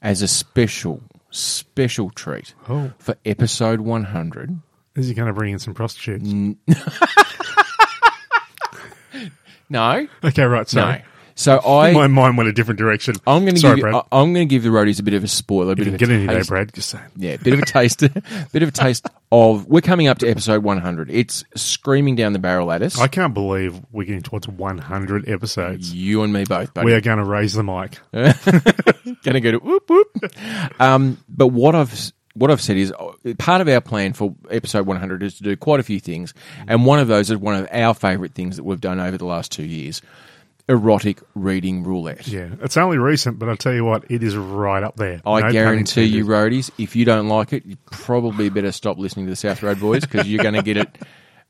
as a special, special treat Oh. for episode 100. Is he going to bring in some prostitutes? Mm. No, Okay, right. Sorry. no. So I. My mind went a different direction. I'm going to Sorry, give Brad. I, am going to give the roadies a bit of a spoiler, a you bit of didn't a get any there, taste- Brad. Just saying. Yeah, bit of a taste, bit of a taste of. We're coming up to episode 100. It's screaming down the barrel at us. I can't believe we're getting towards 100 episodes. you and me both, buddy. We are going to raise the mic. gonna go to whoop whoop. Um, but what I've what I've said is uh, part of our plan for episode 100 is to do quite a few things, and one of those is one of our favourite things that we've done over the last two years: erotic reading roulette. Yeah, it's only recent, but I tell you what, it is right up there. I No pun guarantee you, intended. roadies, if you don't like it, you probably better stop listening to the South Road Boys because you're going to get it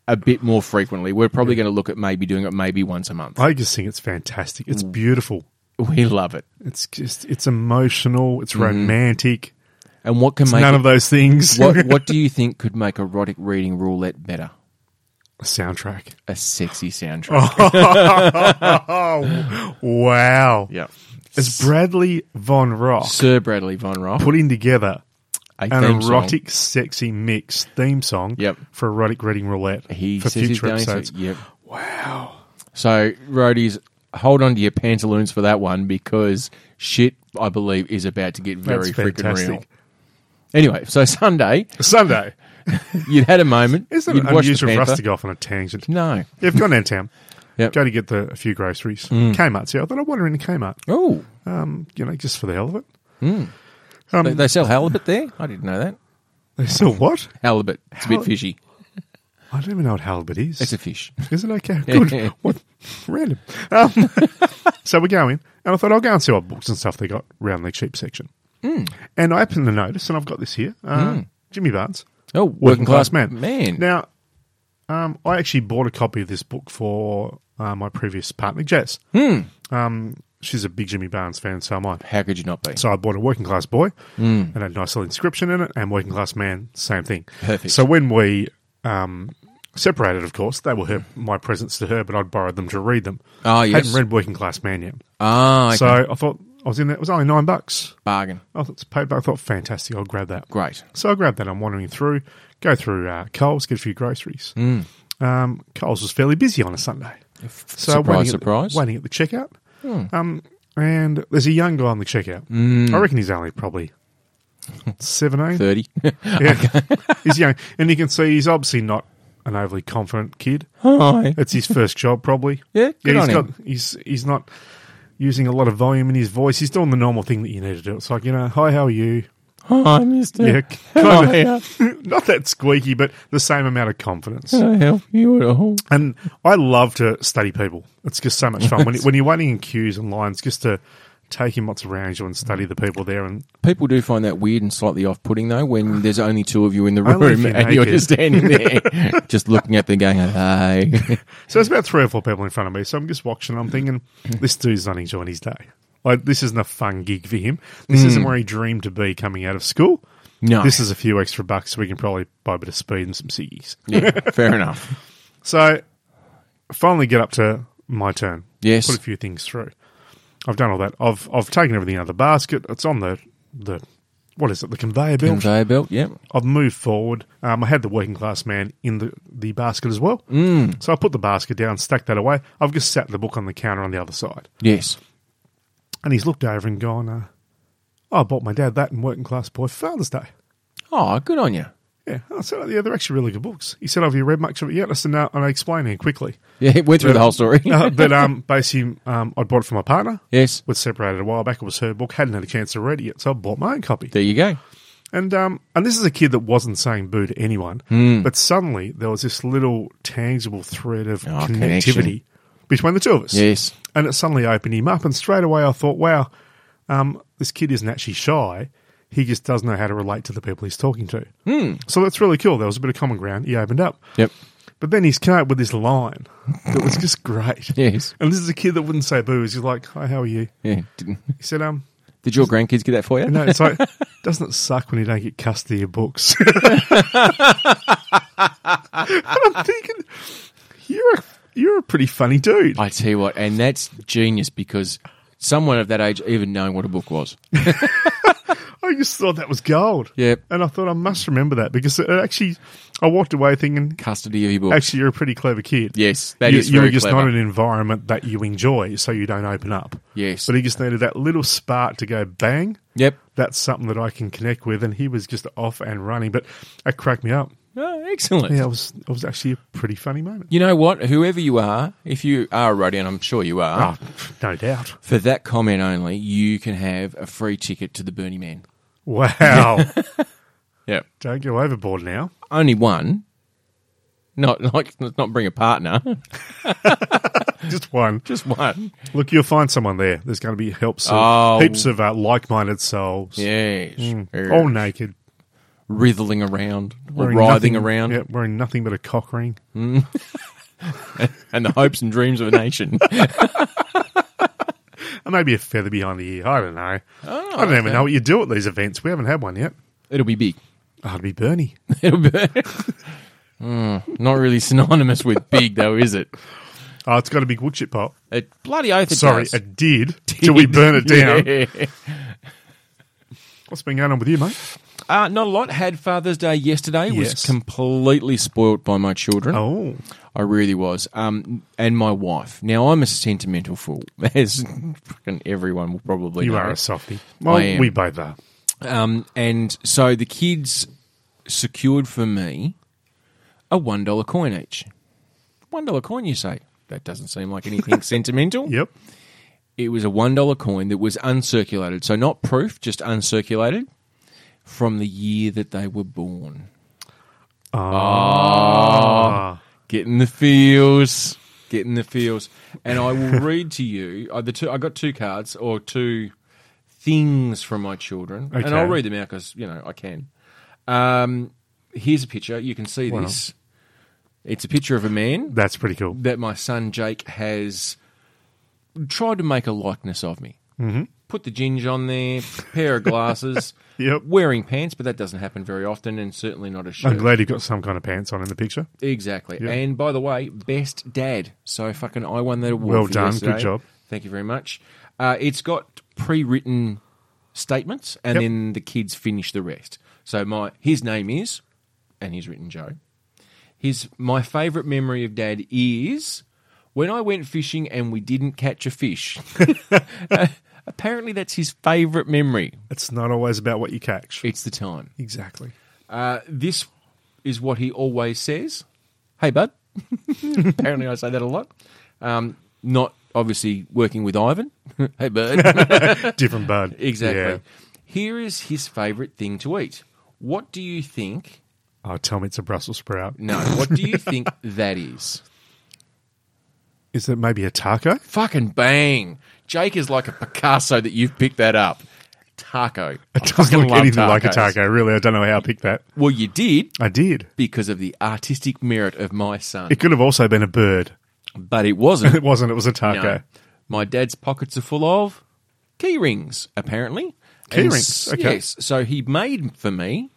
a bit more frequently. We're probably going to look at maybe doing it maybe once a month. I just think it's fantastic. It's Mm. beautiful. We love it. It's just it's emotional. It's romantic. And what can It's Mm-hmm. make none it- of those things. what what do you think could make erotic reading roulette better? soundtrack? A sexy Oh. soundtrack. Wow. Yeah. It's Bradley Von Rock Sir Bradley Von Rock. putting together a an theme song. erotic, sexy mix theme song Yep. for erotic reading roulette He for says he's future going episodes. to. Yep. Wow. So, roadies, hold on to your pantaloons for that one because shit, I believe, is about to get very That's freaking real. fantastic. Anyway, so Sunday, Sunday. you'd had a moment. Isn't you'd it watched the unusual for us Panther. to go off on a tangent? No. If you've gone downtown, Yep. Mm. go to get the, a few groceries. Kmart. See, I thought I'd wander into Kmart. Oh, Um, you know, just for the hell of it. they, Um, they sell halibut there. I didn't know that. they sell what? Halibut. It's a bit Hal- fishy. I don't even know what halibut is. It's a fish. Is it okay? Good. what? Random. Um, so we go in, and I thought I'll go and see what books and stuff they got around the cheap section. And I happened to notice, and I've got this here, uh, Jimmy Barnes, Oh, Working Class Man. Man. Now, um, I actually bought a copy of this book for uh, my previous partner, Jess. Um, she's a big Jimmy Barnes fan, so am I. How could you not be? So I bought a working class boy Hmm. and had a nice little inscription in it, and working class man, same thing. Perfect. So when we um, separated, of course, they were her, my presents to her, but I'd borrowed them to read them. Ah, Hmm. yes. hadn't read working class man yet, Ah, okay. so I thought I was in there. It was only nine bucks. bargain. I thought it's paid, but I thought fantastic. I'll grab that. Great. So I grabbed that. I'm wandering through, go through uh, Coles, get a few groceries. Hmm. Um, Coles was fairly busy on a Sunday. So surprise, waiting At surprise. Hmm. the, waiting at the checkout. Um, and there's a young guy on the checkout. I reckon he's only probably seven, Mm, eight. Thirty. Yeah. he's young. And you can see he's obviously not an overly confident kid. Hi. It's his first job, probably. Yeah, good he's on him. got- He's he's not using a lot of volume in his voice. He's doing the normal thing that you need to do. It's like you know, hi, how are you? Hi, Mister. Yeah, How kind are of, not that squeaky, but the same amount of confidence. I help you at all? And I love to study people. It's just so much fun when, you- when you're waiting in queues and lines, just to take in what's around you and study the people there. And People do find that weird and slightly off-putting, though, when there's only two of you in the Only if room you're and you're naked. just standing there, just looking at them, going, "Hey." so there's about three or four people in front of me. So I'm just watching. and I'm thinking, this dude's not enjoying his day. Like this isn't a fun gig for him. This isn't where he dreamed to be coming out of school. Mm. No. This is a few extra bucks. We can probably buy a bit of speed and some ciggies. yeah, fair enough. So finally get up to my turn. Yes. Put a few things through. I've done all that. I've I've taken everything out of the basket. It's on the the what is it, the conveyor belt. Conveyor belt. Yep. I've moved forward. Um, I had the working class man in the, the basket as well. Mm. So I put the basket down, stacked that away. I've just sat the book on the counter on the other side. Yes. And he's looked over and gone, uh, I bought my dad that in Working Class Boy for Father's Day. Oh, good on you. Yeah. I said, oh, yeah, they're actually really good books. He said, have you read much of it yet? I said, no. And I explained it quickly. Yeah, it went through the whole story. uh, but um, basically, um, I bought it for my partner. yes. Was separated a while back. It was her book. Hadn't had a chance to read it yet, so I bought my own copy. There you go. And um, and this is a kid that wasn't saying boo to anyone, but suddenly there was this little tangible thread of Oh, connectivity connection. between the two of us. Yes. And it suddenly opened him up, and straight away I thought, wow, um, this kid isn't actually shy. He just does know how to relate to the people he's talking to. So that's really cool. There was a bit of common ground. He opened up. Yep. But then he's come up with this line that was just great. Yes. And this is a kid that wouldn't say boo. He's just like, hi, how are you? Yeah. Didn't- He said, um, Did your grandkids get that for you? no, it's like, doesn't it suck when you don't get custody of your books? and I'm thinking, you're a, you're a pretty funny dude. I tell you what, and that's genius because someone of that age even knowing what a book was. I just thought that was gold. Yep. And I thought I must remember that because it actually, I walked away thinking, Custody of your book. actually, you're a pretty clever kid. yes, that you, is you very were just clever. not in an environment that you enjoy, so you don't open up. Yes. But he just needed that little spark to go bang. Yep. That's something that I can connect with, and he was just off and running. But that cracked me up. Oh, excellent. Yeah, it was it was actually a pretty funny moment. You know what? Whoever you are, if you are a roadie, and I'm sure you are, Ah, no doubt. for that comment only, you can have a free ticket to the Burning Man. Wow. Yep. Don't go overboard now. Only one. Not like let's not bring a partner. Just one. Just one. Look, you'll find someone there. There's going to be helps of, Oh. heaps of uh, like-minded souls. Yes. Hmm. Er, All naked, writhing around, or wearing writhing Oh, nothing- around, yeah, wearing nothing but a cock ring. and the hopes and dreams of a nation. And maybe a feather behind the ear. I don't know. Oh, I don't even know what you do at these events. We haven't had one yet. It'll be big. Oh, it'd be Bernie. It'll be Mm, not really synonymous with big, though, is it? Oh, it's got a big wood chip pot. It bloody oath it Sorry, does. it did. Till we burn it down. Yeah. What's been going on with you, mate? Uh, not a lot. Had Father's Day yesterday. Was Yes. completely spoilt by my children. Oh, I really was. Um, and my wife. Now I'm a sentimental fool, as fucking everyone will probably you know. are a softie. Well, I am. we both are. Um, and so the kids secured for me a one dollar coin each. One dollar coin, you say? That doesn't seem like anything sentimental. Yep. It was a one dollar coin that was uncirculated, so not proof, just uncirculated from the year that they were born. Ah. Getting the feels, getting the feels, and I will read to you. Uh, the two, I got two cards or two things from my children, and Okay. I'll read them out because you know I can. Um, here's a picture. You can see this. It's a picture of a man That's pretty cool. that my son Jake has tried to make a likeness of me. Mm-hmm. Put the ginge on there, pair of glasses, Yep. wearing pants, but that doesn't happen very often, and certainly not a shirt. I'm glad you've got some kind of pants on in the picture. Exactly. Yeah. And by the way, best dad. So fucking I won that award. Well for done. yesterday. Good job. Thank you very much. Uh, it's got pre-written statements, and Yep. then the kids finish the rest. So my his name is, and he's written Joe. His my favourite memory of dad is when I went fishing and we didn't catch a fish. Apparently, that's his favourite memory. It's not always about what you catch. It's the time. Exactly. Uh, this is what he always says. Hey, bud. Apparently, I say that a lot. Um, not obviously working with Ivan. hey, bud. Different bud. exactly. Yeah. Here is his favourite thing to eat. What do you think? Oh, tell me it's a Brussels sprout. No, what do you think that is? Is it maybe a taco? Fucking bang. Jake is like a Picasso that you've picked that up. Taco. I It doesn't fucking look love anything like a tacos. taco, really. I don't know how I picked that. Well, you did I did. because of the artistic merit of my son, It could have also been a bird. but it wasn't. It wasn't. It was a taco. No. My dad's pockets are full of key rings, apparently. Key And rings, s- okay. Yes. So he made for me,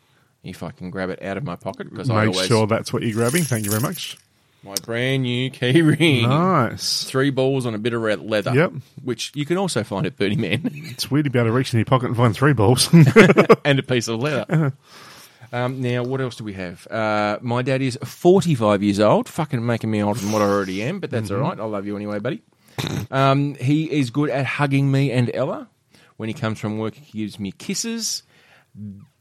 if I can grab it out of my pocket, because I Make always sure that's what you're grabbing. Thank you very much. my brand new key ring. Nice. Three balls on a bit of red leather. Yep. Which you can also find at Birdie Man It's weird to be able to reach in your pocket and find three balls. and a piece of leather. Um, now, what else do we have? Uh, my dad is 45 years old, fucking making me older than what I already am, but that's all right. I love you anyway, buddy. Um, he is good at hugging me and Ella. When he comes from work, he gives me kisses.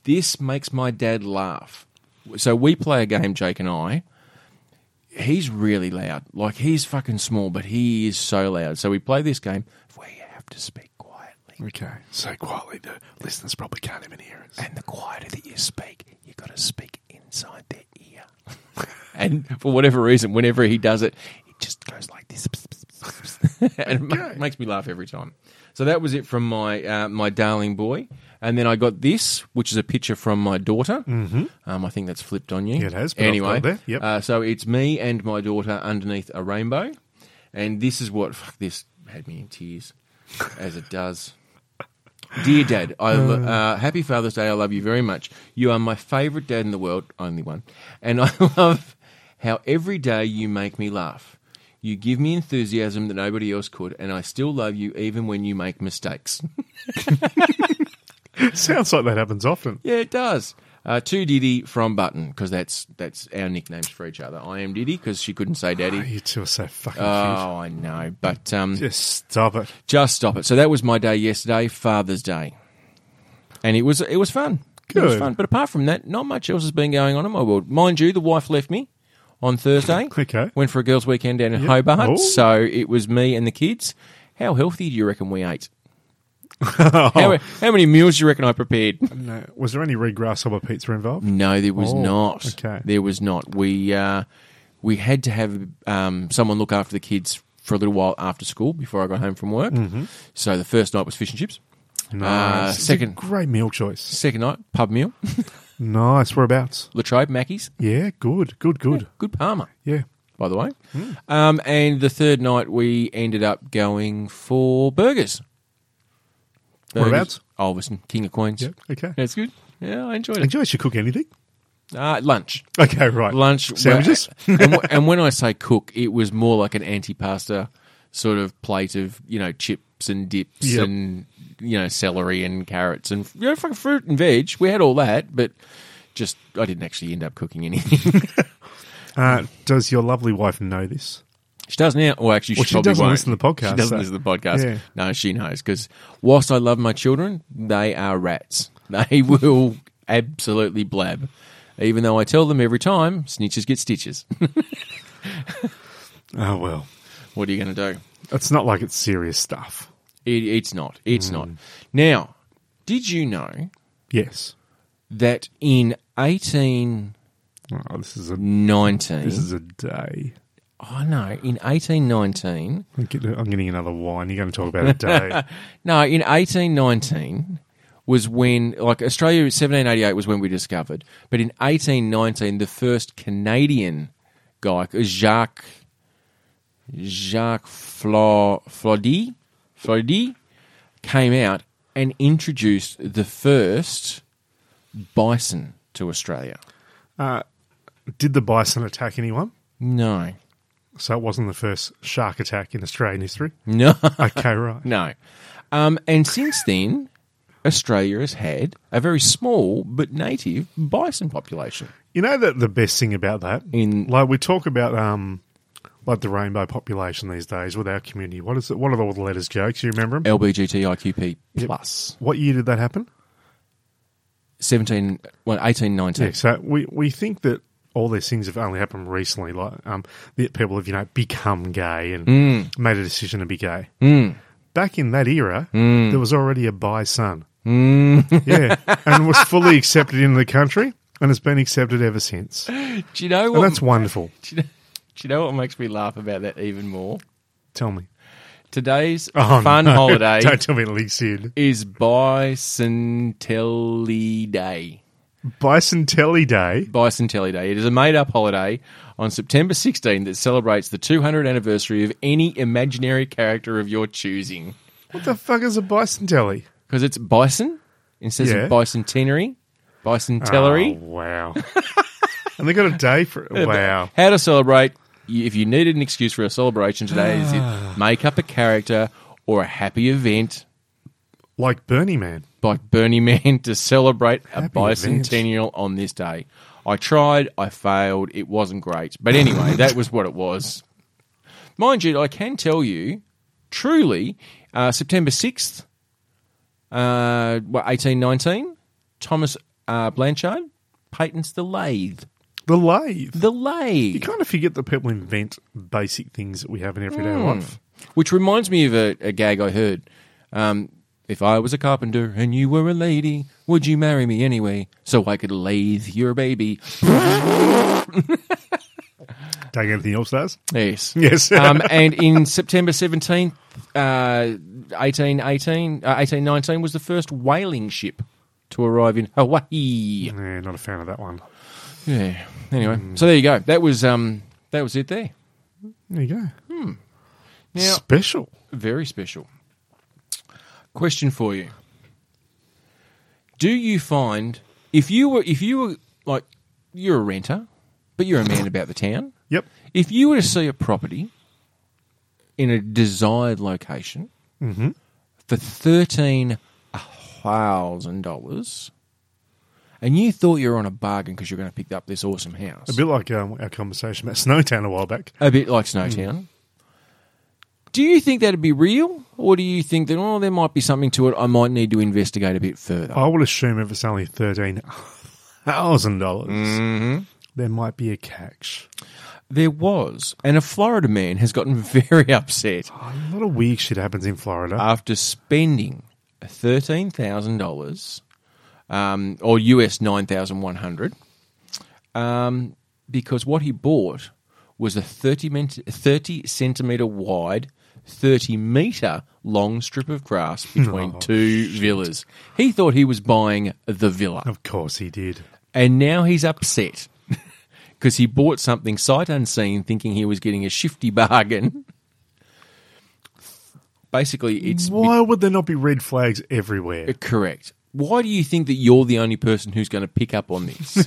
This makes my dad laugh. So we play a game, Jake and I. He's really loud. Like he's fucking small, but he is so loud. So we play this game. We have to speak quietly. okay. So quietly, the listeners probably can't even hear us. And the quieter that you speak, you got to speak inside their ear. and for whatever reason, whenever he does it, it just goes like this, and it ma- makes me laugh every time. So that was it from my uh, my darling boy, and then I got this, which is a picture from my daughter. Mm-hmm. Um, I think that's flipped on you. Yeah, it has, but I've Anyway, got it there. Yep. uh, so it's me and my daughter underneath a rainbow, and this is what fuck, this had me in tears, as it does. Dear Dad, I lo- uh, happy Father's Day. I love you very much. You are my favourite dad in the world, only one, and I love how every day you make me laugh. You give me enthusiasm that nobody else could, and I still love you even when you make mistakes. Sounds like that happens often. yeah, it does. Uh, to Diddy from Button because that's that's our nicknames for each other. I am Diddy because she couldn't say Daddy. You two are so fucking cute. Oh, I know, but um, Just stop it. just stop it. So that was my day yesterday, Father's Day, and it was it was fun. It was Good. fun. But apart from that, not much else has been going on in my world. Mind you, the wife left me on Thursday. Okay. went for a girls' weekend down in Hobart, Oh. so it was me and the kids. How healthy do you reckon we ate? Oh. How, how many meals do you reckon I prepared? No. Was there any red grasshopper pizza involved? No, there was Oh, not. okay. There was not. We uh, we had to have um, someone look after the kids for a little while after school before I got home from work. So the first night was fish and chips. Mm-hmm. Uh, Uh, Nice. It's a second- great meal choice. Second night, pub meal, Nice. Whereabouts? Latrobe, Mackey's. Yeah. Good. Good. Good. Mm. Good Palmer, Yeah. by the way. Um, and the third night, we ended up going for burgers. Whereabouts? Alverson, King of Queens. Yeah. Okay. That's good. Yeah, I enjoyed it. Enjoy. Should cook anything? Uh, lunch. Okay. Right. lunch Sandwiches? and, w- and when I say cook, it was more like an anti-pasta sort of plate of you know chips and dips Yep. and you know celery and carrots and you know fucking fruit and veg. We had all that, but just I didn't actually end up cooking anything. Uh, does your lovely wife know this? She does now. Well, actually, she, Well, she probably doesn't won't. listen to the podcast, She doesn't so- listen to the podcast. Yeah. No, she knows because whilst I love my children, they are rats. They will absolutely blab. Even though I tell them every time, snitches get stitches. Oh, well. what are you going to do? It's not like it's serious stuff. It, it's not. It's not. Hmm. Now, did you know Yes. that in 1819, Oh, this is a this is a day. oh no, in 1819, I'm getting, I'm getting another wine. You're going to talk about a day. No, in 1819 was when, like Australia, 1788 was when we discovered, but in 1819, the first Canadian guy, uh, Jacques, Jacques Fla, Flody, Flody, came out and introduced the first bison to Australia. Did the bison attack anyone? No. So it wasn't the first shark attack in Australian history. No. Okay, right. No. Um, and since then, Australia has had a very small but native bison population. You know that the best thing about that, In- like we talk about, um, like the rainbow population these days with our community. What is it? What are all the letters, jokes? You remember them? LBGTIQP plus what year did that happen? 17, well, 18, 19. Yeah, so we, we think that all these things have only happened recently, like um, that people have you know become gay and made a decision to be gay. Back in that era, there was already a bi son, yeah, and was fully accepted in the country, and it's been accepted ever since. And Do you know what? that's wonderful. do, you know, do you know what makes me laugh about that even more? Tell me, Today's Oh, fun no. holiday Don't tell me it leaks in is Bicentelli Day. Bicentelli Day. Bicentelli Day. It is a made-up holiday on September 16 that celebrates the 200th anniversary of any imaginary character of your choosing. What the fuck is a bicentelli? Because it's bison instead Yeah. of bicentenary, bicentellary. Oh, wow. and they got a day for it. Wow. How to celebrate? You- If you needed an excuse for a celebration today, is Ah. it make up a character or a happy event Like Bernie Man. like Bernie Man to celebrate a Happy bicentennial on this day? I tried, I failed, it wasn't great. But anyway, that was what it was. Mind you, I can tell you, truly, uh, September 6th, uh, what, 1819, Thomas uh, Blanchard patents the lathe. The lathe. The lathe. You kind of forget that people invent basic things that we have in everyday Hmm. life. Which reminds me of a, a gag I heard. Um, if I was a carpenter and you were a lady, would you marry me anyway so I could lathe your baby? Take anything else, does? Yes. Yes. um, and in September 17th, uh, 1818, uh, 1819 was the first whaling ship to arrive in Hawaii. yeah, not a fan of that one. Yeah. Anyway, so there you go. That was um, that was it there. There you go. Hmm. Now, Special. Very special. Question for you. Do you find if you were if you were like you're a renter, but you're a man about the town, Yep. if you were to see a property in a desired location for thirteen thousand dollars and you thought you were on a bargain because you're going to pick up this awesome house. A bit like um, our conversation about Snowtown a while back. A bit like Snowtown. Do you think that'd be real, or do you think that oh, there might be something to it? I might need to investigate a bit further. I would assume if it's only $13,000, dollars Mm-hmm. there might be a catch. There was, and a Florida man has gotten very upset A lot of weird shit happens in Florida. after spending thirteen thousand dollars, um, or US nine thousand one hundred, um, because what he bought was a thirty, ment- thirty centimeter wide, thirty meter long strip of grass between two villas. He thought he was buying the villa of course he did. and now he's upset because he bought something sight unseen, thinking he was getting a shifty bargain. Basically, it's be- Why would there not be red flags everywhere? correct. Why do you think that you're the only person who's going to pick up on this?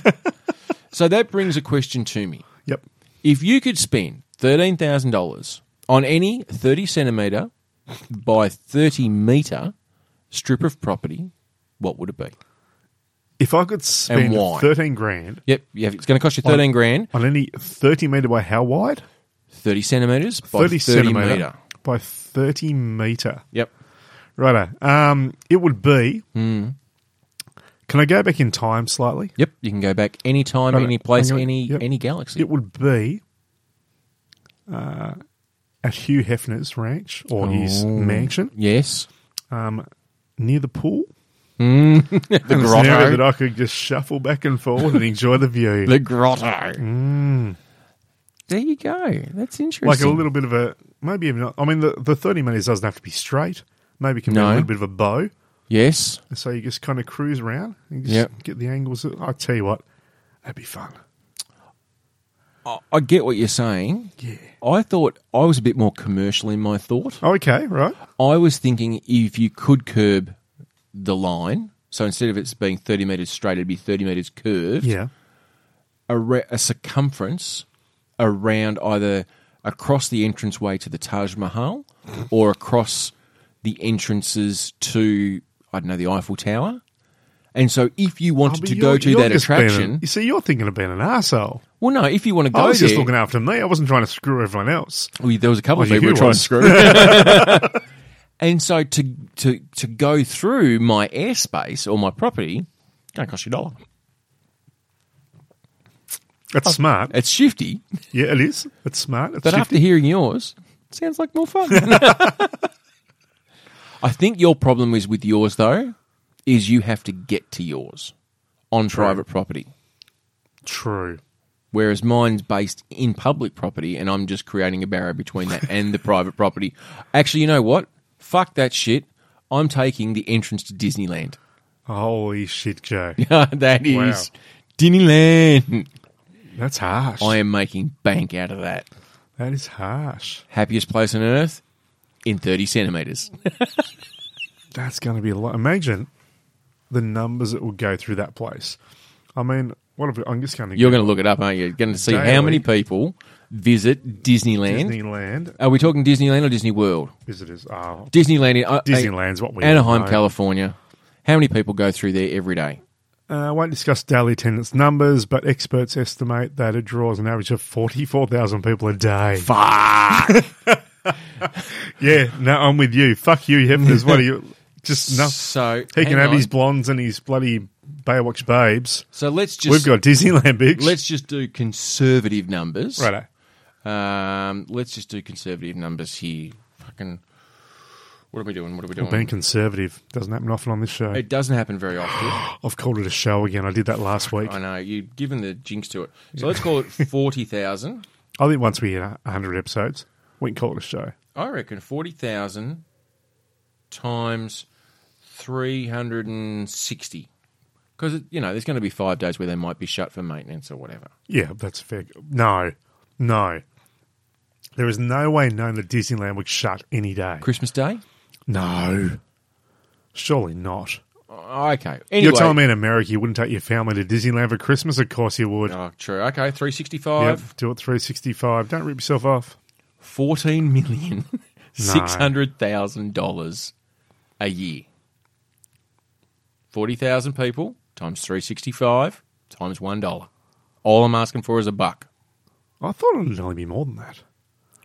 so that brings a question to me. Yep. If you could spend thirteen thousand dollars on any thirty centimeter by thirty meter strip of property, what would it be? If I could spend why? 13 grand Yep, yeah, it's going to cost you thirteen grand, on any 30 metre by how wide? thirty centimeters by 30 thirty, centimetre meter. by 30 metre. Yep. Hmm. Righto. Um, it would be Can I go back in time slightly? Yep, you can go back anytime, Right, any place, hang on. any Yep. any galaxy. It would be uh, at Hugh Hefner's ranch or his Oh. mansion Yes, um, near the pool. the It's an area grotto. that I could just shuffle back and forward and enjoy the view. The grotto. There you go. That's interesting. Mm. like a little bit of a maybe even not. I mean, the, the 30 minutes doesn't have to be straight. Maybe it can be No. a little bit of a bow. yes. So you just kind of cruise around and just Yep. get the angles. I tell you what, that'd be fun. Oh. I, I get what you're saying. Yeah. I thought I was a bit more commercial in my thought. Oh, okay, right. I was thinking if you could curb the line, so instead of it's being 30 metres straight, it'd be 30 metres curved, Yeah. a, re- a circumference around either across the entranceway to the Taj Mahal or across the entrances to, I don't know, the Eiffel Tower. And so if you wanted But to you're- go to you're that just being an- attraction, you see, you're thinking of being an asshole. well, no, if you want to go I was there, just looking after me. I wasn't trying to screw everyone else. Well, there was a couple of Well, people who you tried to screw. was. and so to to to go through my airspace or my property, going to cost you a dollar. That's smart. It's shifty, Yeah, it is. It's smart. It's Oh. but shifty. after hearing yours, it sounds like more fun. I think your problem is with yours though, is you have to get to yours on private property, True. whereas mine's based in public property, and I'm just creating a barrier between that and the private property. Actually, you know what? Fuck that shit. I'm taking the entrance to Disneyland. Holy shit, Joe. that Wow. is Disneyland. That's harsh. I am making bank out of that. that is harsh. Happiest place on earth in 30 centimeters. That's going to be a lot. Imagine the numbers that will go through that place. I mean, what if I'm just going to You're going to look it up, aren't you? You're going to see how Daily. many people visit Disneyland. Disneyland? Are we talking Disneyland or Disney World? Visitors. Oh, Disneyland. uh, Disneyland's what we Anaheim, know. California. How many people go through there every day? Uh, I won't discuss daily attendance numbers, but experts estimate that it draws an average of 44,000 people a day. Fuck! yeah, no, I'm with you. Fuck you, Hefners. What are you? Just no. So He can hang have on. his blondes and his bloody Baywatch babes. So let's just We've got Disneyland, bitch. let's just do conservative numbers. Righto. Um, let's just do conservative numbers here. Fucking, what are we doing? What are we doing? Being conservative doesn't happen often on this show. It doesn't happen very often. I've called it a show again. I did that last week. I know you've given the jinx to it. So let's call it forty thousand. I think once we hit 100 episodes, we can call it a show. I reckon forty thousand times three hundred and sixty, because you know there's going to be five days where they might be shut for maintenance or whatever. Yeah, that's fair. No, no. There is no way known that Disneyland would shut any day. Christmas Day. No. Surely not. Oh, okay. Anyway, You're telling me in America you wouldn't take your family to Disneyland for Christmas? Of course you would. Oh, true. Okay, three Yep, sixty-five. do it 365. Don't rip yourself off. fourteen million six hundred thousand dollars a year. Forty thousand people times three sixty five times one dollar. All I'm asking for is a buck. I thought it'd only be more than that.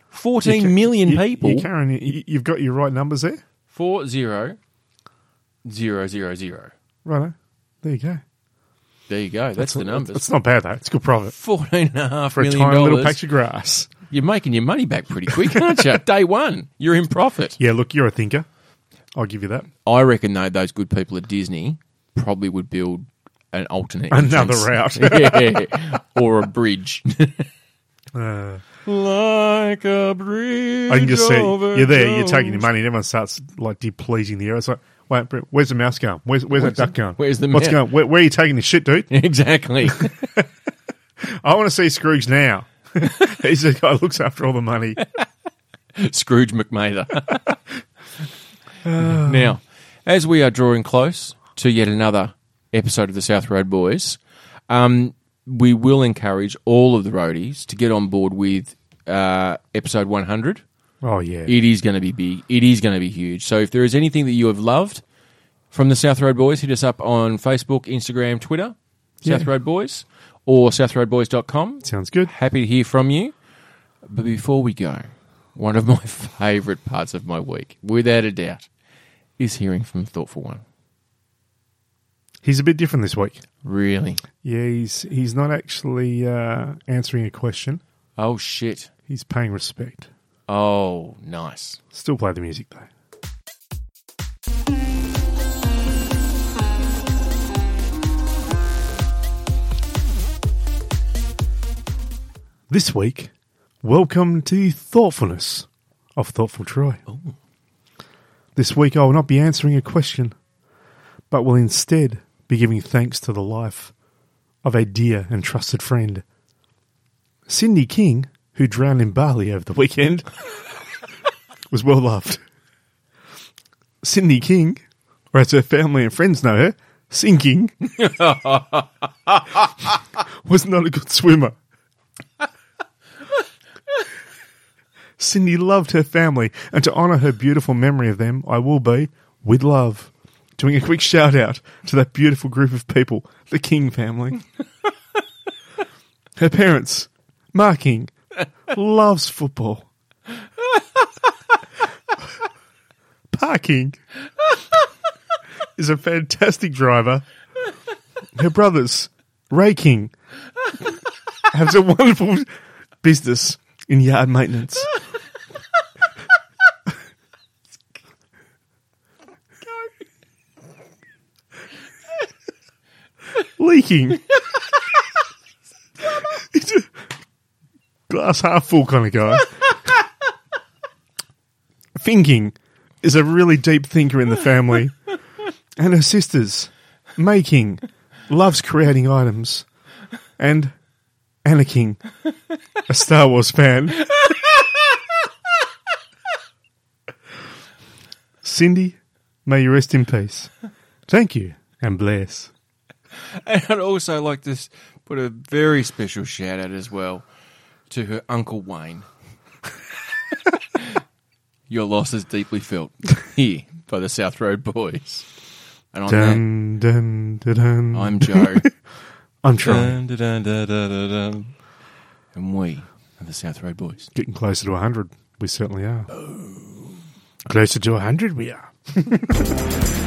Fourteen million You- people. You, Karen, you, you've got your right numbers there? Four zero zero zero zero. Right. There you go. There you go. That's, the numbers. It's not bad, though. It's good profit. Fourteen and a half For a million tiny little dollars. patch of grass. You're making your money back pretty quick, aren't you? Day one, you're in profit. Yeah, look, you're a thinker. I'll give you that. I reckon though those good people at Disney probably would build an alternate Another entrance. yeah, or a bridge, Uh, like a bridge. I can just see you're there, you're taking your money, and everyone starts like depleting the air. It's like, wait, Brett, where's the mouse going? Where's, where's, that duck going? where's the what's mouse? going? Where, where are you taking this shit, dude? Exactly. I want to see Scrooge now. He's the guy who looks after all the money. Scrooge McMather. now, as we are drawing close to yet another episode of the South Road Boys, um, we will encourage all of the roadies to get on board with uh, episode 100. Oh yeah, It is going to be big. It is going to be huge. So if there is anything that you have loved from the South Road Boys, hit us up on Facebook, Instagram, Twitter, South Road Boys, or southroadboys.com. sounds good. Happy to hear from you. But before we go, one of my favourite parts of my week, without a doubt, is hearing from Thoughtful One. He's a bit different this week. Really? Yeah, he's he's not actually uh, answering a question. Oh shit! He's paying respect. Oh, nice. Still play the music though. This week, welcome to the thoughtfulness of Thoughtful Troy. This week, I will not be answering a question, but will instead be giving thanks to the life of a dear and trusted friend, Cindy King, who drowned in Bali over the weekend, was well loved. Cindy King, or as her family and friends know her, Sinking, was not a good swimmer. Cindy loved her family, and to honour her beautiful memory of them, I will be, with love, doing a quick shout out to that beautiful group of people, the King family. her parents, Mark King, loves football. Parking is a fantastic driver. Her brothers, Ray King, has a wonderful business in yard maintenance. Leaking. He's a glass half full kind of guy. Thinking is a really deep thinker in the family. And her sisters, Making, loves creating items. And Anakin, a Star Wars fan. Cindy, may you rest in peace. Thank you and bless. And I'd also like to s- put a very special shout out as well to her uncle Wayne. Your loss is deeply felt here by the South Road Boys. And on that, Dun, dun, dun, dun. I'm Joe. I'm trying. Dun, dun, dun, dun, dun, dun, dun. And we are the South Road Boys. Getting closer to 100. We certainly are. Closer to 100 we are.